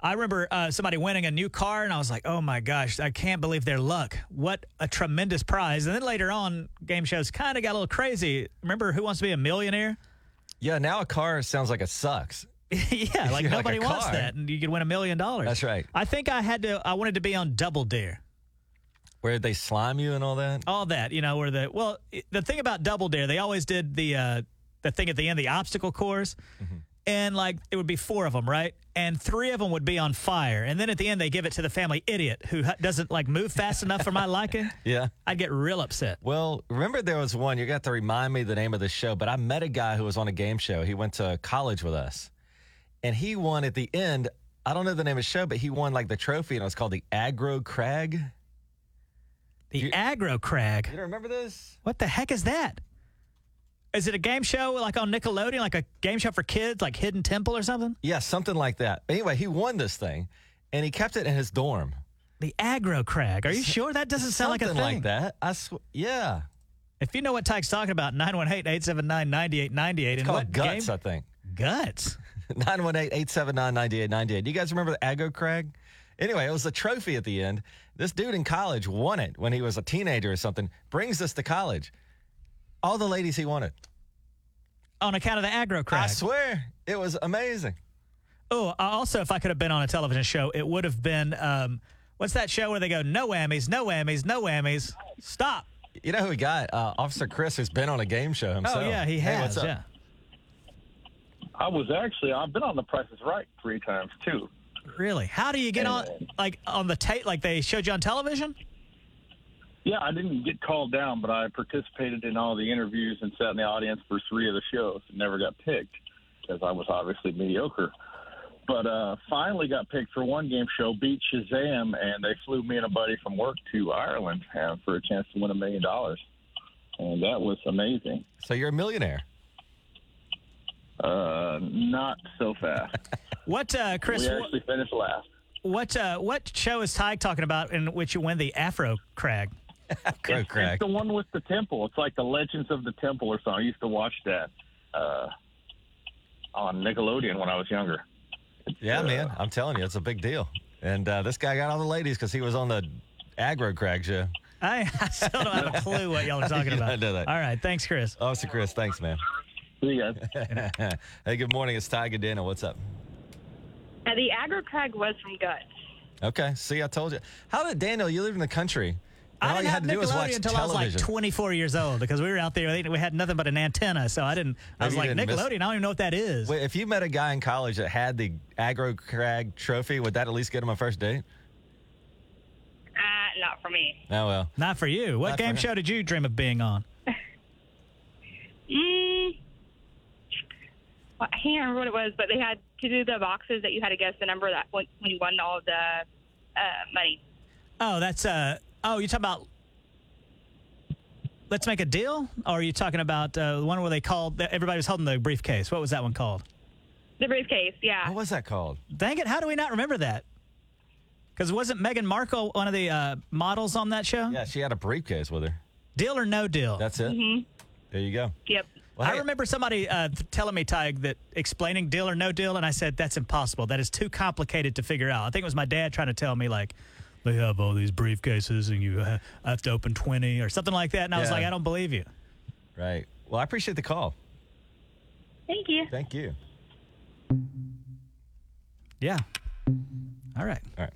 Speaker 2: I remember uh, somebody winning a new car and I was like, oh my gosh, I can't believe their luck. What a tremendous prize. And then later on, game shows kind of got a little crazy. Remember Who Wants to Be a Millionaire?
Speaker 1: Yeah, now a car sounds like it sucks.
Speaker 2: yeah, like
Speaker 1: You're like
Speaker 2: nobody
Speaker 1: a
Speaker 2: wants
Speaker 1: car.
Speaker 2: that. And you could win a million dollars.
Speaker 1: That's right.
Speaker 2: I think I had to, I wanted to be on Double Dare.
Speaker 1: Where they slime you and all that.
Speaker 2: all that you know where the well i- the thing about double dare they always did the uh the thing at the end the obstacle course
Speaker 1: Mm-hmm.
Speaker 2: and like it would be four of them right and three of them would be on fire and then at the end they give it to the family idiot who ha- doesn't like move fast enough for my liking
Speaker 1: Yeah.
Speaker 2: i'd get real upset
Speaker 1: Well, remember there was one, you're going to have to remind me the name of the show, but I met a guy who was on a game show. He went to college with us. And he won at the end, I don't know the name of the show, but he won like the trophy and it was called the Agro Crag. You
Speaker 2: the aggro crag
Speaker 1: don't remember this?
Speaker 2: what the heck is that is it a game show like on nickelodeon like a game show for kids like hidden temple or something
Speaker 1: Yeah, something like that. Anyway, he won this thing and he kept it in his dorm.
Speaker 2: the aggro crag are you sure that doesn't sound like a
Speaker 1: something
Speaker 2: thing
Speaker 1: like that. I sw- yeah.
Speaker 2: if you know what tyke's talking about 918-879-9898
Speaker 1: It's
Speaker 2: and
Speaker 1: called
Speaker 2: what
Speaker 1: Guts,
Speaker 2: game
Speaker 1: I think.
Speaker 2: guts
Speaker 1: 918-879-9898. Do you guys remember the Aggo Crag? Anyway, it was a trophy at the end. This dude in college won it when he was a teenager or something. Brings this to college. All the ladies he wanted.
Speaker 2: on account of the aggro
Speaker 1: I
Speaker 2: crack.
Speaker 1: swear, it was amazing.
Speaker 2: oh, I- also, if I could have been on a television show, it would have been um, what's that show where they go no whammies, no whammies, no whammies, stop.
Speaker 1: You know who we got? Uh, Officer Chris, who's been on a game show himself.
Speaker 2: oh yeah, he
Speaker 1: Hey,
Speaker 2: has.
Speaker 1: what's up?
Speaker 2: yeah.
Speaker 5: I was actually I've been on The Price is Right three times too.
Speaker 2: Really? How do you get on like on the tape? Like they showed you on television?
Speaker 5: Yeah, I didn't get called down, but I participated in all the interviews and sat in the audience for three of the shows and never got picked because I was obviously mediocre. But uh, finally got picked for one game show, beat Shazam, and they flew me and a buddy from work to Ireland uh, for a chance to win a million dollars. And that was amazing.
Speaker 1: So you're a millionaire.
Speaker 5: Uh, not so fast.
Speaker 2: What, uh, Chris?
Speaker 5: we
Speaker 2: wh-
Speaker 5: actually finished last.
Speaker 2: What uh, what show is Ty talking about in which you win the Afro Crag?
Speaker 1: Agro Crag.
Speaker 5: It's the one with the temple. It's like the Legends of the Temple or something. I used to watch that uh, on Nickelodeon when I was younger.
Speaker 1: Yeah, man. I'm telling you, it's a big deal. And uh, this guy got all the ladies because he was on the Agro Crag show.
Speaker 2: I, I still don't have a clue what y'all are talking
Speaker 1: You don't
Speaker 2: about.
Speaker 1: know that.
Speaker 2: All right, thanks, Chris.
Speaker 1: Officer Chris, thanks, man.
Speaker 5: See you guys.
Speaker 1: hey, good morning. It's Ty Gadena. What's up?
Speaker 9: Now, Uh, the aggro crag was from Guts.
Speaker 1: Okay. See, I told you. How did Daniel? You live in the country. and
Speaker 2: I
Speaker 1: all
Speaker 2: didn't
Speaker 1: you
Speaker 2: have
Speaker 1: had to do was
Speaker 2: Nickelodeon
Speaker 1: watch
Speaker 2: until I was
Speaker 1: television.
Speaker 2: like 24 years old because we were out there. We had nothing but an antenna, so I didn't. I
Speaker 1: Maybe
Speaker 2: was
Speaker 1: Oh, you
Speaker 2: like,
Speaker 1: didn't miss-
Speaker 2: Nickelodeon. I don't even know what that is.
Speaker 1: Wait, if you met a guy in college that had the Agro Crag Trophy, would that at least get him a first date?
Speaker 9: Uh, not for me.
Speaker 1: Oh well.
Speaker 2: Not for you. What
Speaker 1: Not for
Speaker 2: game
Speaker 1: him.
Speaker 2: show did you dream of being on?
Speaker 9: Mm, well, I can't remember what it was, but they had to do the boxes that you had to guess the number that when, when you won all the
Speaker 10: uh, money.
Speaker 2: Oh, that's uh oh, you talking about Let's make a deal? Or are you talking about uh, the one where they called everybody was holding the briefcase? What was that one called?
Speaker 10: The briefcase, yeah.
Speaker 1: What was that called?
Speaker 2: Dang it, how do we not remember that? Because wasn't Meghan Markle one of the uh, models on that show?
Speaker 1: Yeah, she had a briefcase with her.
Speaker 2: Deal or no deal?
Speaker 1: That's it. There you go.
Speaker 10: Yep.
Speaker 1: Well,
Speaker 2: I
Speaker 1: hey,
Speaker 2: remember somebody uh, th- telling me, Tig, that explaining deal or no deal, and I said, that's impossible. That is too complicated to figure out. I think it was my dad trying to tell me, like, they have all these briefcases and you ha- have to open 20 or something like that. And I was
Speaker 1: Yeah.
Speaker 2: like, I don't believe you.
Speaker 1: Right. Well, I appreciate the call.
Speaker 10: Thank you.
Speaker 1: Thank you.
Speaker 2: Yeah. All right.
Speaker 1: All right.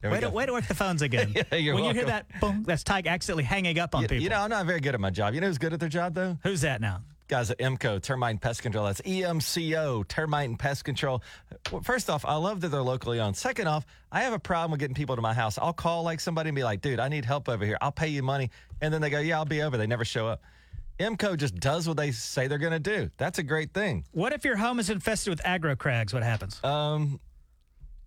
Speaker 1: There
Speaker 2: Way
Speaker 1: we
Speaker 2: to,
Speaker 1: go.
Speaker 2: way to work the phones again.
Speaker 1: Yeah, you're
Speaker 2: when you hear
Speaker 1: welcome.
Speaker 2: that, boom, that's Tig accidentally hanging up on
Speaker 1: You-
Speaker 2: people.
Speaker 1: You know, I'm not very good at my job. You know who's good at their job, though?
Speaker 2: Who's that now?
Speaker 1: Guys at EMCO, Termite and Pest Control. That's E EMCO, Termite and Pest Control. Well, First off, I love that they're locally owned. Second off, I have a problem with getting people to my house. I'll call like somebody and be like, dude, I need help over here. I'll pay you money. And then they go, yeah, I'll be over. They never show up. EMCO just does what they say they're going to do. That's a great thing.
Speaker 2: What if your home is infested with agro crags? What happens?
Speaker 1: Um,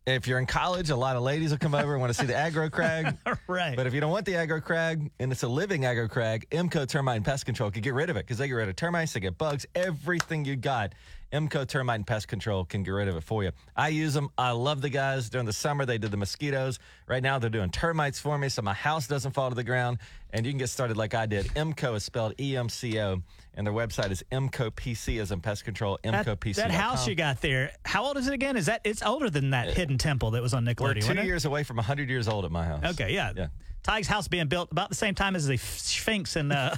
Speaker 1: if you're in college, a lot of ladies will come over and want to see the aggro crag.
Speaker 2: right.
Speaker 1: But if you don't want the aggro crag and it's a living aggro crag, MCO Termite and Pest Control can get rid of it because they get rid of termites, they get bugs, everything you got. MCO Termite and Pest Control can get rid of it for you. I use them. I love the guys. During the summer, they did the mosquitoes. Right now, they're doing termites for me so my house doesn't fall to the ground. And you can get started like I did. MCO is spelled E M C O, and their website is MCOPC as in pest control,
Speaker 2: that,
Speaker 1: MCOPC.
Speaker 2: that house you got there, how old is it again? Is that it's older than that hidden temple that was on
Speaker 1: We're
Speaker 2: Nickelodeon?
Speaker 1: Uh, two
Speaker 2: wasn't it?
Speaker 1: years away from 100 years old at my house.
Speaker 2: Okay, yeah.
Speaker 1: Yeah.
Speaker 2: Tig's house being built about the same time as the Sphinx in uh,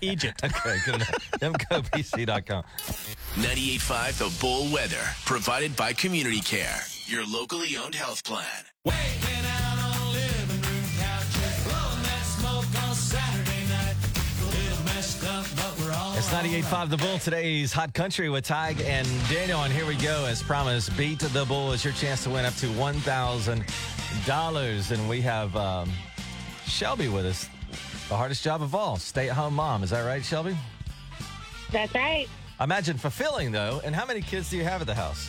Speaker 2: Egypt.
Speaker 1: Okay, good enough. MCOPC.com.
Speaker 4: 98.5 The Bull Weather, provided by Community Care, your locally owned health plan.
Speaker 1: It's 98.5 The Bull. Today's Hot Country with Tig and Daniel. And here we go. As promised, Beat the Bull is your chance to win up to $1,000. And we have um, Shelby with us. The hardest job of all, stay at home mom. Is that right, Shelby?
Speaker 10: That's right.
Speaker 1: Imagine fulfilling, though. And how many kids do you have at the house?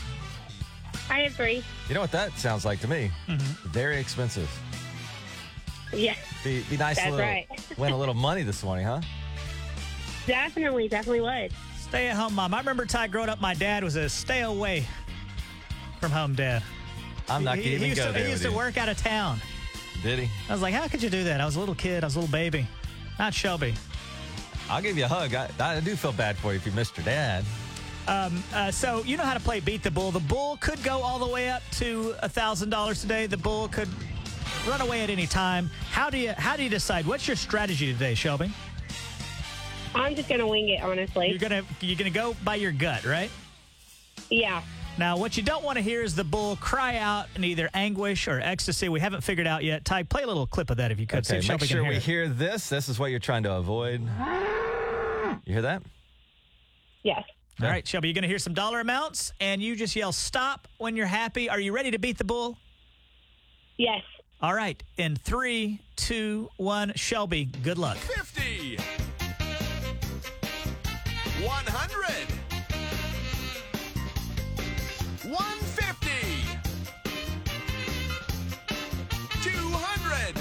Speaker 10: I have three.
Speaker 1: You know what that sounds like to me?
Speaker 2: Mm-hmm.
Speaker 1: Very expensive.
Speaker 10: Yeah,
Speaker 1: Be, be nice
Speaker 10: That's
Speaker 1: to little,
Speaker 10: right.
Speaker 1: win a little money this morning, huh?
Speaker 10: definitely, definitely would.
Speaker 2: Stay at home mom. I remember Ty growing up, my dad was a stay away from home dad.
Speaker 1: I'm not
Speaker 2: he,
Speaker 1: going to
Speaker 2: he
Speaker 1: even
Speaker 2: used
Speaker 1: go
Speaker 2: to,
Speaker 1: there.
Speaker 2: He used
Speaker 1: with
Speaker 2: to
Speaker 1: you.
Speaker 2: work out of town.
Speaker 1: Did he?
Speaker 2: I was like, how could you do that? I was a little kid. I was a little baby. Not Shelby.
Speaker 1: I'll give you a hug. I, I do feel bad for you if you missed your dad.
Speaker 2: Uh, so you know how to play beat the bull. The bull could go all the way up to thousand dollars today. The bull could run away at any time. How do you how do you decide? What's your strategy today, Shelby?
Speaker 10: I'm just gonna wing it, honestly.
Speaker 2: You're gonna you're gonna go by your gut, right?
Speaker 10: yeah,
Speaker 2: Now, what you don't want to hear is the bull cry out in either anguish or ecstasy. We haven't figured out yet. Ty, play a little clip of that if you could. See
Speaker 1: Okay,
Speaker 2: if
Speaker 1: make
Speaker 2: Shelby
Speaker 1: sure
Speaker 2: can
Speaker 1: we
Speaker 2: hear it.
Speaker 1: hear this. This is what you're trying to avoid. You hear that?
Speaker 2: Oh,
Speaker 10: yes.
Speaker 2: All right, Shelby, you're going to hear some dollar amounts, and you just yell stop when you're happy. Are you ready to beat the bull?
Speaker 10: Yes.
Speaker 2: All right, in three, two, one, Shelby, good luck.
Speaker 4: 50, 100, 150, 200,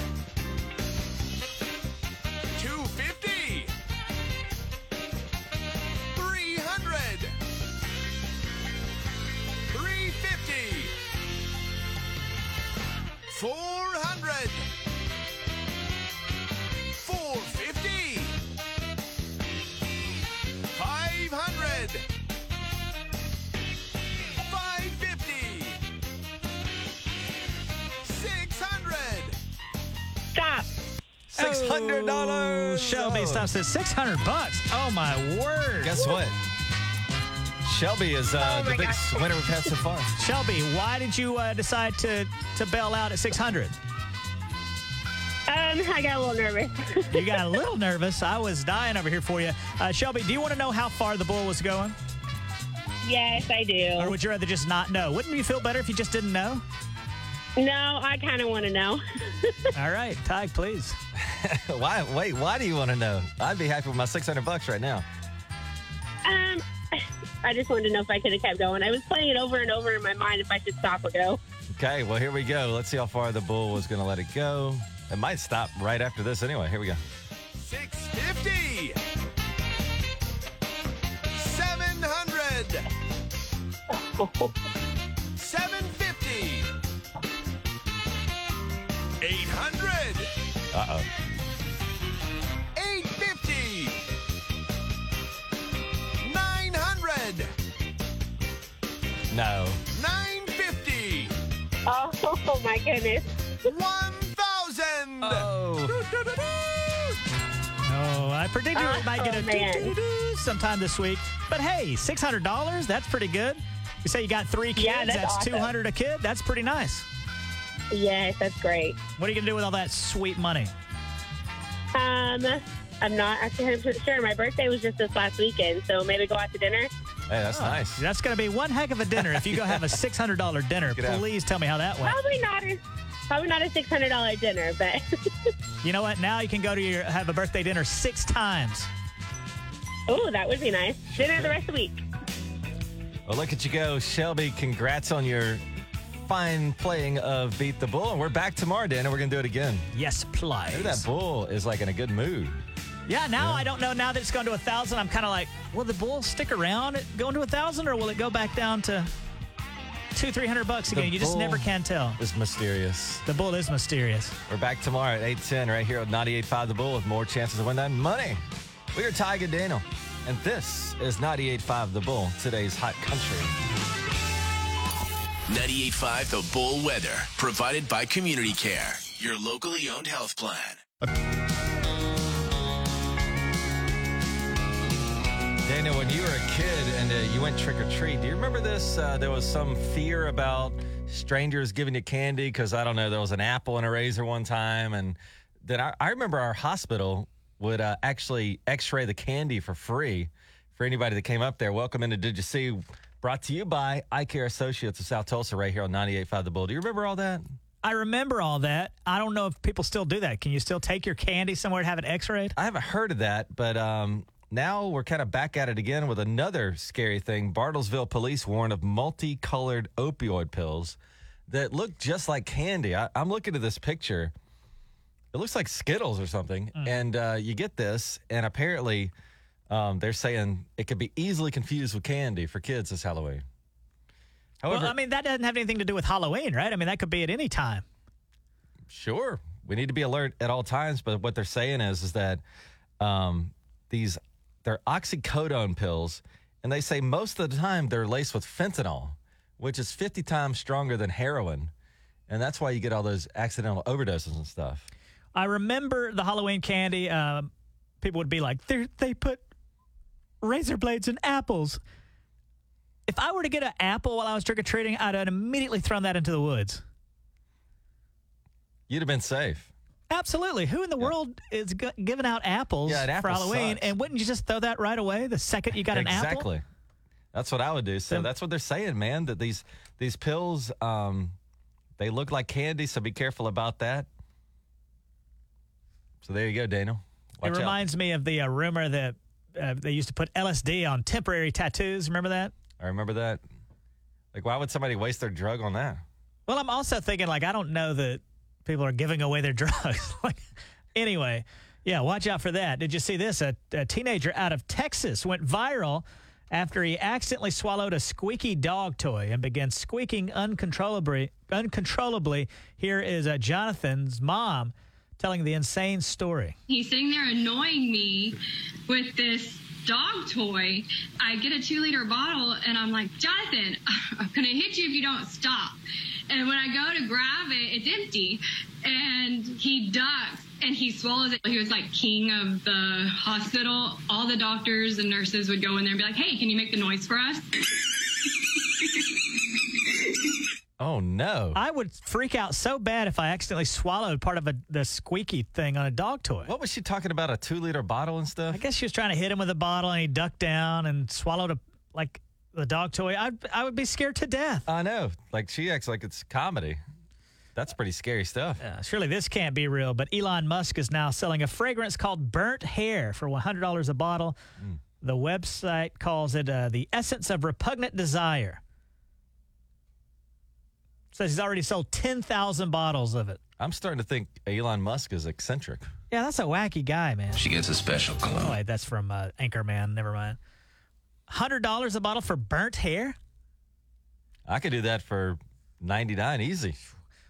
Speaker 4: 250, 300, 350, 400, 450 500 550 600
Speaker 10: Stop.
Speaker 1: Six hundred
Speaker 2: Oh,
Speaker 1: dollars.
Speaker 2: Shelby stops at 600 bucks. Oh, my word.
Speaker 1: Guess what? Shelby is uh,
Speaker 10: Oh
Speaker 1: the
Speaker 10: my
Speaker 1: biggest winner we've had so far.
Speaker 2: Shelby, why did you uh, decide to, to bail out at 600?
Speaker 10: Um, I got a little nervous.
Speaker 2: You got a little nervous. I was dying over here for you. Uh, Shelby, do you want to know how far the bull was going?
Speaker 10: yes, I
Speaker 2: Or
Speaker 10: do.
Speaker 2: would you rather just not know? Wouldn't you feel better if you just didn't know?
Speaker 10: No, I kind of want to know.
Speaker 2: All right, Ty, please.
Speaker 1: why? Wait. Why do you want to know? I'd be happy with my six hundred bucks right now.
Speaker 10: Um, I just wanted to know if I could have kept going. I was playing it over and over in my mind if I should stop or go.
Speaker 1: Okay, well, here we go. Let's see how far the bull was going to let it go. It might stop right after this anyway. Here we go.
Speaker 11: 650. 700. 750. 800.
Speaker 1: Uh oh.
Speaker 11: 850. 900.
Speaker 1: No.
Speaker 11: 950.
Speaker 10: Oh my goodness.
Speaker 11: 1,000.
Speaker 2: Oh, I predicted we might get a
Speaker 10: Oh, man.
Speaker 2: doo doo doo sometime this week. But hey, six hundred dollars, that's pretty good. You say you got three kids,
Speaker 10: Yeah, that's awesome.
Speaker 2: two hundred a kid, that's pretty nice.
Speaker 10: Yes, that's great.
Speaker 2: What are you gonna do with all that sweet money?
Speaker 10: Um, I'm not actually 100% sure. My birthday was just this last weekend, so maybe go out to dinner.
Speaker 1: Hey, that's nice.
Speaker 2: That's gonna be one heck of a dinner. If you go have a six hundred dollar dinner,
Speaker 1: out.
Speaker 2: please tell me how that went.
Speaker 10: Probably not a probably not a six hundred dollar dinner, but
Speaker 2: You know what? Now you can go to your have a birthday dinner six times.
Speaker 10: oh, that would be nice. Dinner the rest of the week.
Speaker 1: Well, look at you go, Shelby. Congrats on your fine playing of Beat the Bull. And we're back tomorrow, Dan, and we're going to do it again.
Speaker 2: Yes, please.
Speaker 1: Maybe that bull is like in a good mood.
Speaker 2: Yeah, now I don't know. Now that it's gone to a thousand, I'm kind of like, will the bull stick around at going to a thousand, or will it go back down to two, three hundred bucks again?
Speaker 1: The
Speaker 2: you just
Speaker 1: bull
Speaker 2: never can tell.
Speaker 1: It's mysterious.
Speaker 2: The bull is mysterious.
Speaker 1: We're back tomorrow at 810 right here on 98.5 The Bull with more chances to win that money. We are Tiger Daniel, and this is 98.5 The Bull, today's hot country.
Speaker 4: 98.5 The Bull Weather, provided by Community Care, your locally owned health plan.
Speaker 1: Daniel, when you were a kid and uh, you went trick or treat, do you remember this? Uh, there was some fear about strangers giving you candy because I don't know, there was an apple and a razor one time, and then I, I remember our hospital would uh, actually X-ray the candy for free for anybody that came up there. Welcome into Did You See? Brought to you by Eye Care Associates of South Tulsa, right here on 98.5 The Bull. Do you remember all that?
Speaker 2: I remember all that. I don't know if people still do that. Can you still take your candy somewhere and have it X-rayed?
Speaker 1: I haven't heard of that, but um, now we're kind of back at it again with another scary thing. Bartlesville police warn of multicolored opioid pills that look just like candy. I, I'm looking at this picture. It looks like Skittles or something. And uh, you get this, and apparently um, they're saying it could be easily confused with candy for kids this Halloween. However,
Speaker 2: well, I mean, that doesn't have anything to do with Halloween, right? I mean, that could be at any time.
Speaker 1: Sure, we need to be alert at all times. But what they're saying is, is that um, these they're oxycodone pills, and they say most of the time they're laced with fentanyl, which is 50 times stronger than heroin, and that's why you get all those accidental overdoses and stuff.
Speaker 2: I remember the Halloween candy. Um, people would be like, they they put razor blades in apples. If I were to get an apple while I was trick or treating, I'd have immediately thrown that into the woods.
Speaker 1: You'd have been safe.
Speaker 2: Absolutely. Who in the world is g- giving out apples
Speaker 1: Yeah, an
Speaker 2: for
Speaker 1: apple
Speaker 2: Halloween?
Speaker 1: sucks.
Speaker 2: And wouldn't you just throw that right away the second you got an apple?
Speaker 1: exactly. That's what I would do. So
Speaker 2: Then-
Speaker 1: that's what they're saying, man. That these these pills, um, they look like candy, so be careful about that. So there you go, Daniel. Watch
Speaker 2: it
Speaker 1: out.
Speaker 2: reminds me of the uh, rumor that uh, they used to put LSD on temporary tattoos. Remember that?
Speaker 1: I remember that. Like, why would somebody waste their drug on that?
Speaker 2: Well, I'm also thinking like I don't know that people are giving away their drugs. like, anyway, yeah, watch out for that. Did you see this? A, a teenager out of Texas went viral after he accidentally swallowed a squeaky dog toy and began squeaking uncontrollably. Uncontrollably. Here is uh, Jonathan's mom telling the insane story.
Speaker 12: He's sitting there annoying me with this dog toy. I get a two liter bottle and I'm like, Jonathan, I'm going to hit you if you don't stop. And when I go to grab it, it's empty. And he ducks and he swallows it. He was like king of the hospital. All the doctors and nurses would go in there and be like, hey, can you make the noise for us?
Speaker 1: Oh no!
Speaker 2: I would freak out so bad if I accidentally swallowed part of a, the squeaky thing on a dog toy.
Speaker 1: what was she talking about? A two-liter bottle and stuff?
Speaker 2: I guess she was trying to hit him with a bottle, and he ducked down and swallowed a like the dog toy. I I would be scared to death.
Speaker 1: I know. Like she acts like it's comedy. That's pretty scary stuff.
Speaker 2: Uh, surely this can't be real. But Elon Musk is now selling a fragrance called Burnt Hair for one hundred dollars a bottle. The website calls it uh, the essence of repugnant desire. Says he's already sold 10,000 bottles of it.
Speaker 1: I'm starting to think Elon Musk is eccentric.
Speaker 2: Yeah, that's a wacky guy, man.
Speaker 1: She gets a special
Speaker 2: Oh, wait, that's from uh, Anchorman. Never mind. $100 a bottle for burnt hair?
Speaker 1: I could do that for 99 easy.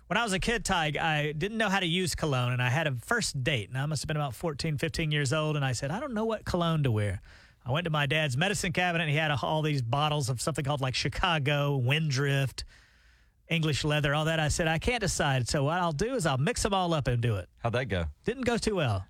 Speaker 2: When I was a kid, Ty, I didn't know how to use cologne, and I had a first date, and I must have been about 14, 15 years old, and I said, I don't know what cologne to wear. I went to my dad's medicine cabinet, and he had a, all these bottles of something called like Chicago, Windrift, English leather, all that. I said, I can't decide. So what I'll do is I'll mix them all up and do it.
Speaker 1: How'd that go?
Speaker 2: Didn't go too well.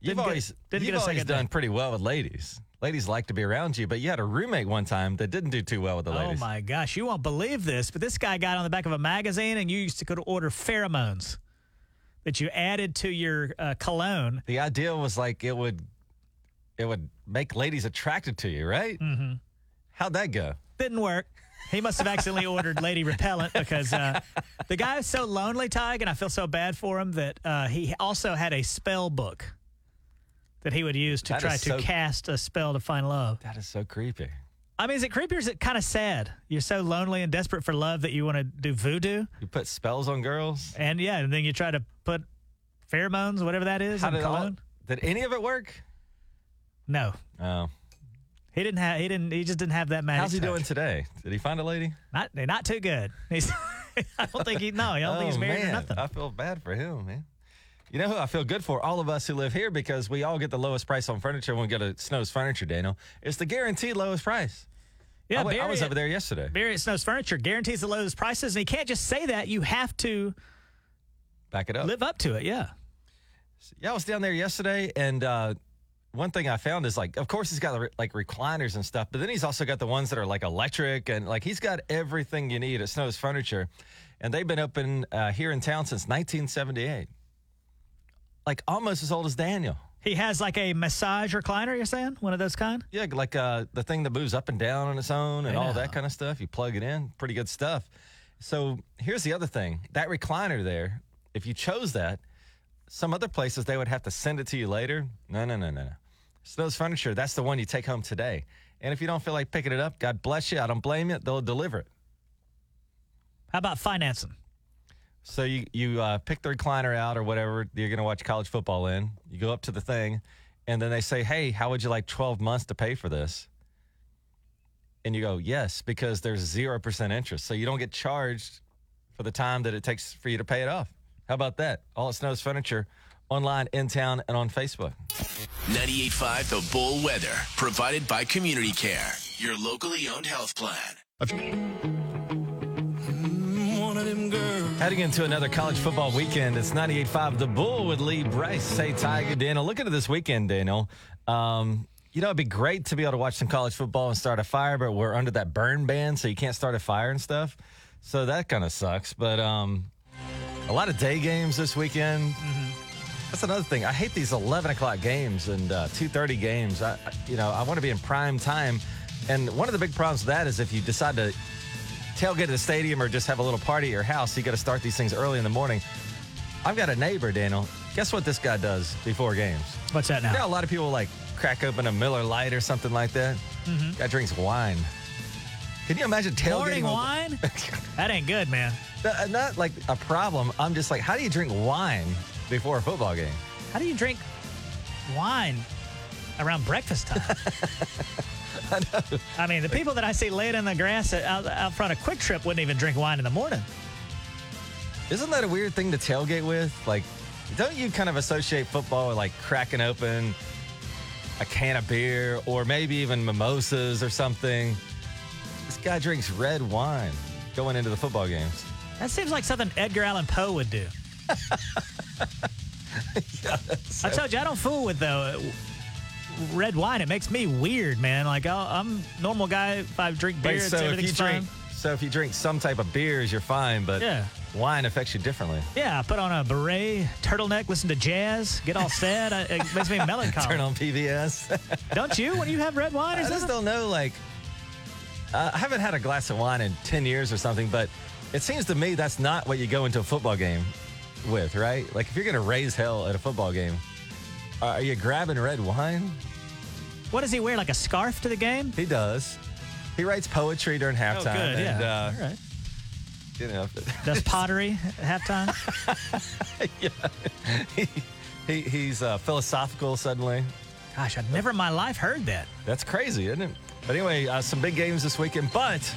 Speaker 1: You've
Speaker 2: Didn't get-
Speaker 1: always
Speaker 2: didn't
Speaker 1: you've
Speaker 2: get a
Speaker 1: always
Speaker 2: second
Speaker 1: done
Speaker 2: date.
Speaker 1: pretty well with ladies. Ladies like to be around you, but you had a roommate one time that didn't do too well with the
Speaker 2: Oh
Speaker 1: ladies.
Speaker 2: my gosh, you won't believe this, but this guy got on the back of a magazine, and you used to go to order pheromones that you added to your uh, cologne.
Speaker 1: The idea was like it would it would make ladies attracted to you, right? Mm-hmm. How'd that go?
Speaker 2: Didn't work. He must have accidentally ordered lady repellent because uh, the guy is so lonely, Tig, and I feel so bad for him that uh, he also had a spell book that he would use to
Speaker 1: That
Speaker 2: try
Speaker 1: is
Speaker 2: to
Speaker 1: so-
Speaker 2: cast a spell to find love.
Speaker 1: That is so creepy.
Speaker 2: I mean, is it creepy or is it kind of sad? You're so lonely and desperate for love that you want to do voodoo,
Speaker 1: You put spells on girls.
Speaker 2: and yeah, and then you try to put pheromones, whatever that is,
Speaker 1: How
Speaker 2: in
Speaker 1: did, all-
Speaker 2: cologne.
Speaker 1: did any of it work?
Speaker 2: No,
Speaker 1: Oh.
Speaker 2: he didn't have. He didn't. He just didn't have that magic.
Speaker 1: How's he
Speaker 2: touch.
Speaker 1: doing today? Did he find a lady?
Speaker 2: Not, not too good. He's, I don't think he. No, I don't think he's
Speaker 1: Oh,
Speaker 2: married
Speaker 1: man.
Speaker 2: or nothing.
Speaker 1: I feel bad for him, man. You know who I feel good for? All of us who live here because we all get the lowest price on furniture when we go to Snow's Furniture, Daniel. It's the guaranteed lowest price.
Speaker 2: Yeah,
Speaker 1: I wa- I
Speaker 2: Barry-
Speaker 1: was over there yesterday.
Speaker 2: Barry at Snow's Furniture guarantees the lowest prices, and he can't just say that. You have to
Speaker 1: Back it up.
Speaker 2: live up to it. Yeah.
Speaker 1: Yeah, I was down there yesterday, and uh, one thing I found is like, of course, he's got the re- like recliners and stuff, but then he's also got the ones that are like electric, and like he's got everything you need at Snow's Furniture, and they've been open uh, here in town since 1978, like almost as old as Daniel.
Speaker 2: He has like a massage recliner, you're saying? One of those kind?
Speaker 1: Yeah, like uh, the thing that moves up and down on its own and
Speaker 2: I
Speaker 1: all
Speaker 2: know.
Speaker 1: that kind of stuff. You plug it in, pretty good stuff. So here's the other thing that recliner there, if you chose that, some other places they would have to send it to you later. No, no, no, no, no. Snow's Furniture, that's the one you take home today. And if you don't feel like picking it up, God bless you. I don't blame you. They'll deliver it.
Speaker 2: How about financing?
Speaker 1: So you you uh, pick the recliner out or whatever you're going to watch college football in. You go up to the thing, and then they say, "Hey, how would you like 12 months to pay for this?" And you go, "Yes," because there's zero percent interest, so you don't get charged for the time that it takes for you to pay it off. How about that? All it snows furniture, online, in town, and on Facebook.
Speaker 4: 98.5 The Bull Weather, provided by Community Care, your locally owned health plan.
Speaker 1: Heading into another college football weekend, it's 98.5 The Bull with Lee Bryce. Hey, Tiger Daniel, look into this weekend, Daniel. Um, you know, it'd be great to be able to watch some college football and start a fire, but we're under that burn ban, so you can't start a fire and stuff. So that kind of sucks. But um, a lot of day games this weekend. That's another thing. I hate these 11 o'clock games and uh, 2.30 games. I, I- you know, I want to be in prime time. And one of the big problems with that is if you decide to tailgate at the stadium or just have a little party at your house, you got to start these things early in the morning. I've got a neighbor, Daniel. Guess what this guy does before games?
Speaker 2: What's that
Speaker 1: You
Speaker 2: now?
Speaker 1: know, a lot of people like crack open a Miller Light or something like that. Guy drinks wine. Can you imagine tailgating
Speaker 2: Mm-hmm. Morning
Speaker 1: on-
Speaker 2: wine? that ain't good, man.
Speaker 1: Not- Not like a problem. I'm just like, how do you drink wine before a football game?
Speaker 2: How do you drink wine around breakfast time? I
Speaker 1: know.
Speaker 2: I mean, the people that I see laying in the grass at- out, out front of Quick Trip wouldn't even drink wine in the morning.
Speaker 1: Isn't that a weird thing to tailgate with? Like, don't you kind of associate football with like cracking open a can of beer or maybe even mimosas or something? This guy drinks red wine going into the football games.
Speaker 2: That seems like something Edgar Allan Poe would do. I told you I don't fool with uh, w red wine. It makes me weird, man. Like I'll, I'm normal guy. If I drink beer,
Speaker 1: Wait,
Speaker 2: it's,
Speaker 1: so if
Speaker 2: everything's
Speaker 1: you
Speaker 2: fine.
Speaker 1: drink, so if you drink some type of beers, you're fine, but
Speaker 2: Yeah.
Speaker 1: wine affects you differently.
Speaker 2: Yeah, I put on a beret, turtleneck, listen to jazz, get all sad. I, it makes me melancholy.
Speaker 1: Turn on PBS.
Speaker 2: Don't you? When you have red wine, or
Speaker 1: I just don't
Speaker 2: something?
Speaker 1: know. Like, uh, I haven't had a glass of wine in ten years or something, but it seems to me that's not what you go into a football game with, right? Like, if you're gonna raise hell at a football game, uh, are you grabbing red wine?
Speaker 2: What does he wear? Like a scarf to the game?
Speaker 1: He does. He writes poetry during halftime.
Speaker 2: Oh, good.
Speaker 1: and,
Speaker 2: yeah.
Speaker 1: uh,
Speaker 2: all right.
Speaker 1: you know,
Speaker 2: Does pottery at halftime?
Speaker 1: he, he's uh, philosophical suddenly.
Speaker 2: Gosh, I've never in my life heard that.
Speaker 1: That's crazy, isn't it? But anyway, uh, some big games this weekend, but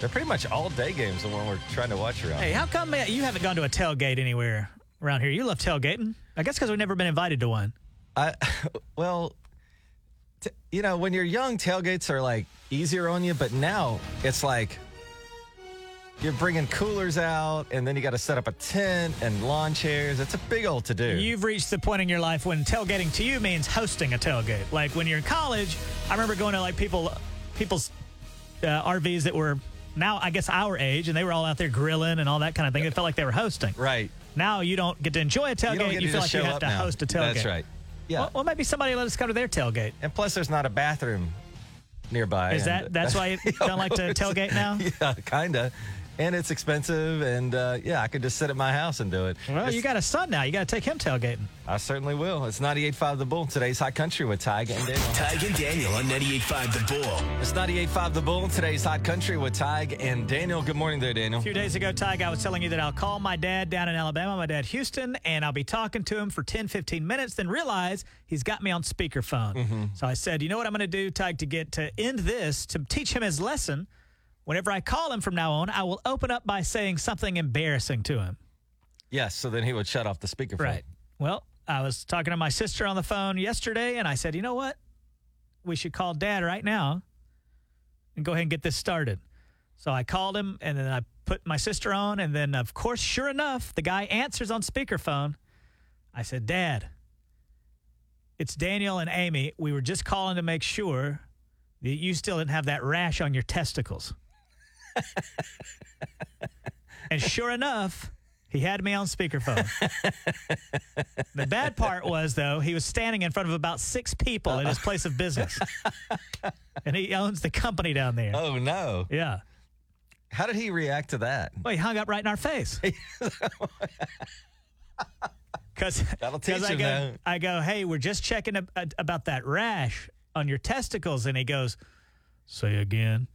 Speaker 1: they're pretty much all day games, the one we're trying to watch around.
Speaker 2: Hey, how come uh, you haven't gone to a tailgate anywhere around here? You love tailgating. I guess because we've never been invited to one.
Speaker 1: I, well, t- you know, when you're young, tailgates are like easier on you, but now it's like you're bringing coolers out and then you got to set up a tent and lawn chairs. It's a big old to do.
Speaker 2: You've reached the point in your life when tailgating to you means hosting a tailgate. Like when you're in college, I remember going to like people, people's uh, RVs that were now I guess our age, and they were all out there grilling and all that kind of thing. It felt like they were hosting.
Speaker 1: Right.
Speaker 2: Now you don't get to enjoy a
Speaker 1: don't
Speaker 2: tailgate.
Speaker 1: get
Speaker 2: You,
Speaker 1: to
Speaker 2: feel
Speaker 1: just
Speaker 2: like you
Speaker 1: show
Speaker 2: have
Speaker 1: up
Speaker 2: to
Speaker 1: now.
Speaker 2: host a tailgate.
Speaker 1: That's right. Yeah.
Speaker 2: Well, well, maybe somebody let us come to their tailgate.
Speaker 1: And plus, there's not a bathroom nearby.
Speaker 2: Is
Speaker 1: and-
Speaker 2: that- that's why you don't like to tailgate now?
Speaker 1: Yeah, kinda. And it's expensive, and uh, yeah, I could just sit at my house and do it.
Speaker 2: Well, you got a son now. You got to take him tailgating.
Speaker 1: I certainly will. It's 98.5 The Bull. Today's Hot Country with Ty and Daniel.
Speaker 4: Tig and Daniel on 98.5 The Bull.
Speaker 1: It's 98.5 The Bull. Today's Hot Country with Tig and Daniel. Good morning there, Daniel.
Speaker 2: A few days ago, Ty, I was telling you that I'll call my dad down in Alabama, my dad Houston, and I'll be talking to him for 10, 15 minutes, then realize he's got me on speakerphone. So I said, you know what I'm going to do, Ty, to get to end this, to teach him his lesson. Whenever I call him from now on, I will open up by saying something embarrassing to him.
Speaker 1: Yes, so then he would shut off the speakerphone.
Speaker 2: Right. Well, I was talking to my sister on the phone yesterday, and I said, you know what? We should call dad right now and go ahead and get this started. So I called him, and then I put my sister on, and then, of course, sure enough, the guy answers on speakerphone. I said, Dad, it's Daniel and Amy. We were just calling to make sure that you still didn't have that rash on your testicles. and sure enough, he had me on speakerphone. the bad part was, though, he was standing in front of about six people at his place of business. and he owns the company down there.
Speaker 1: Oh, no.
Speaker 2: Yeah.
Speaker 1: How did he react to that?
Speaker 2: Well, he hung up right in our face. Because
Speaker 1: That'll teach
Speaker 2: I
Speaker 1: him,
Speaker 2: go,
Speaker 1: though.
Speaker 2: I go, hey, we're just checking ab- ad- about that rash on your testicles, and he goes, say again.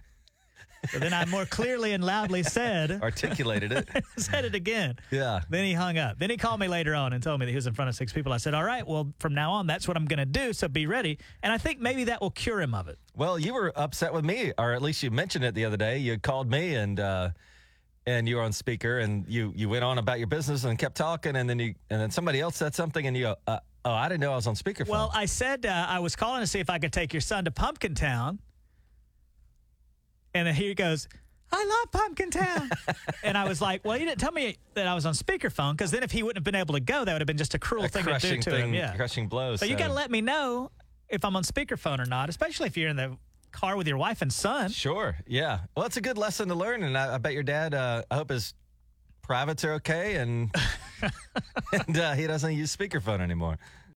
Speaker 2: So then I more clearly and loudly said,
Speaker 1: Articulated it.
Speaker 2: said it again.
Speaker 1: Yeah.
Speaker 2: Then he hung up. Then he called me later on and told me that he was in front of six people. I said, all right, well, from now on, that's what I'm going to do. So be ready. And I think maybe that will cure him of it.
Speaker 1: Well, you were upset with me, or at least you mentioned it the other day. You called me and uh, and you were on speaker, and you you went on about your business and kept talking, and then you and then somebody else said something, and you go, uh, oh, I didn't know I was on speakerphone.
Speaker 2: Well, I said uh, I was calling to see if I could take your son to Pumpkin Town, and then he goes, "I love Pumpkin Town," and I was like, "Well, you didn't tell me that I was on speakerphone, because then if he wouldn't have been able to go, that would have been just a cruel
Speaker 1: A
Speaker 2: thing to do
Speaker 1: crushing
Speaker 2: to
Speaker 1: thing,
Speaker 2: him." Yeah,
Speaker 1: crushing blow.
Speaker 2: So, you got to let me know if I'm on speakerphone or not, especially if you're in the car with your wife and son.
Speaker 1: Sure. Yeah. Well, it's a good lesson to learn, and I, I bet your dad. Uh, I hope his privates are okay, and and uh, he doesn't use speakerphone anymore.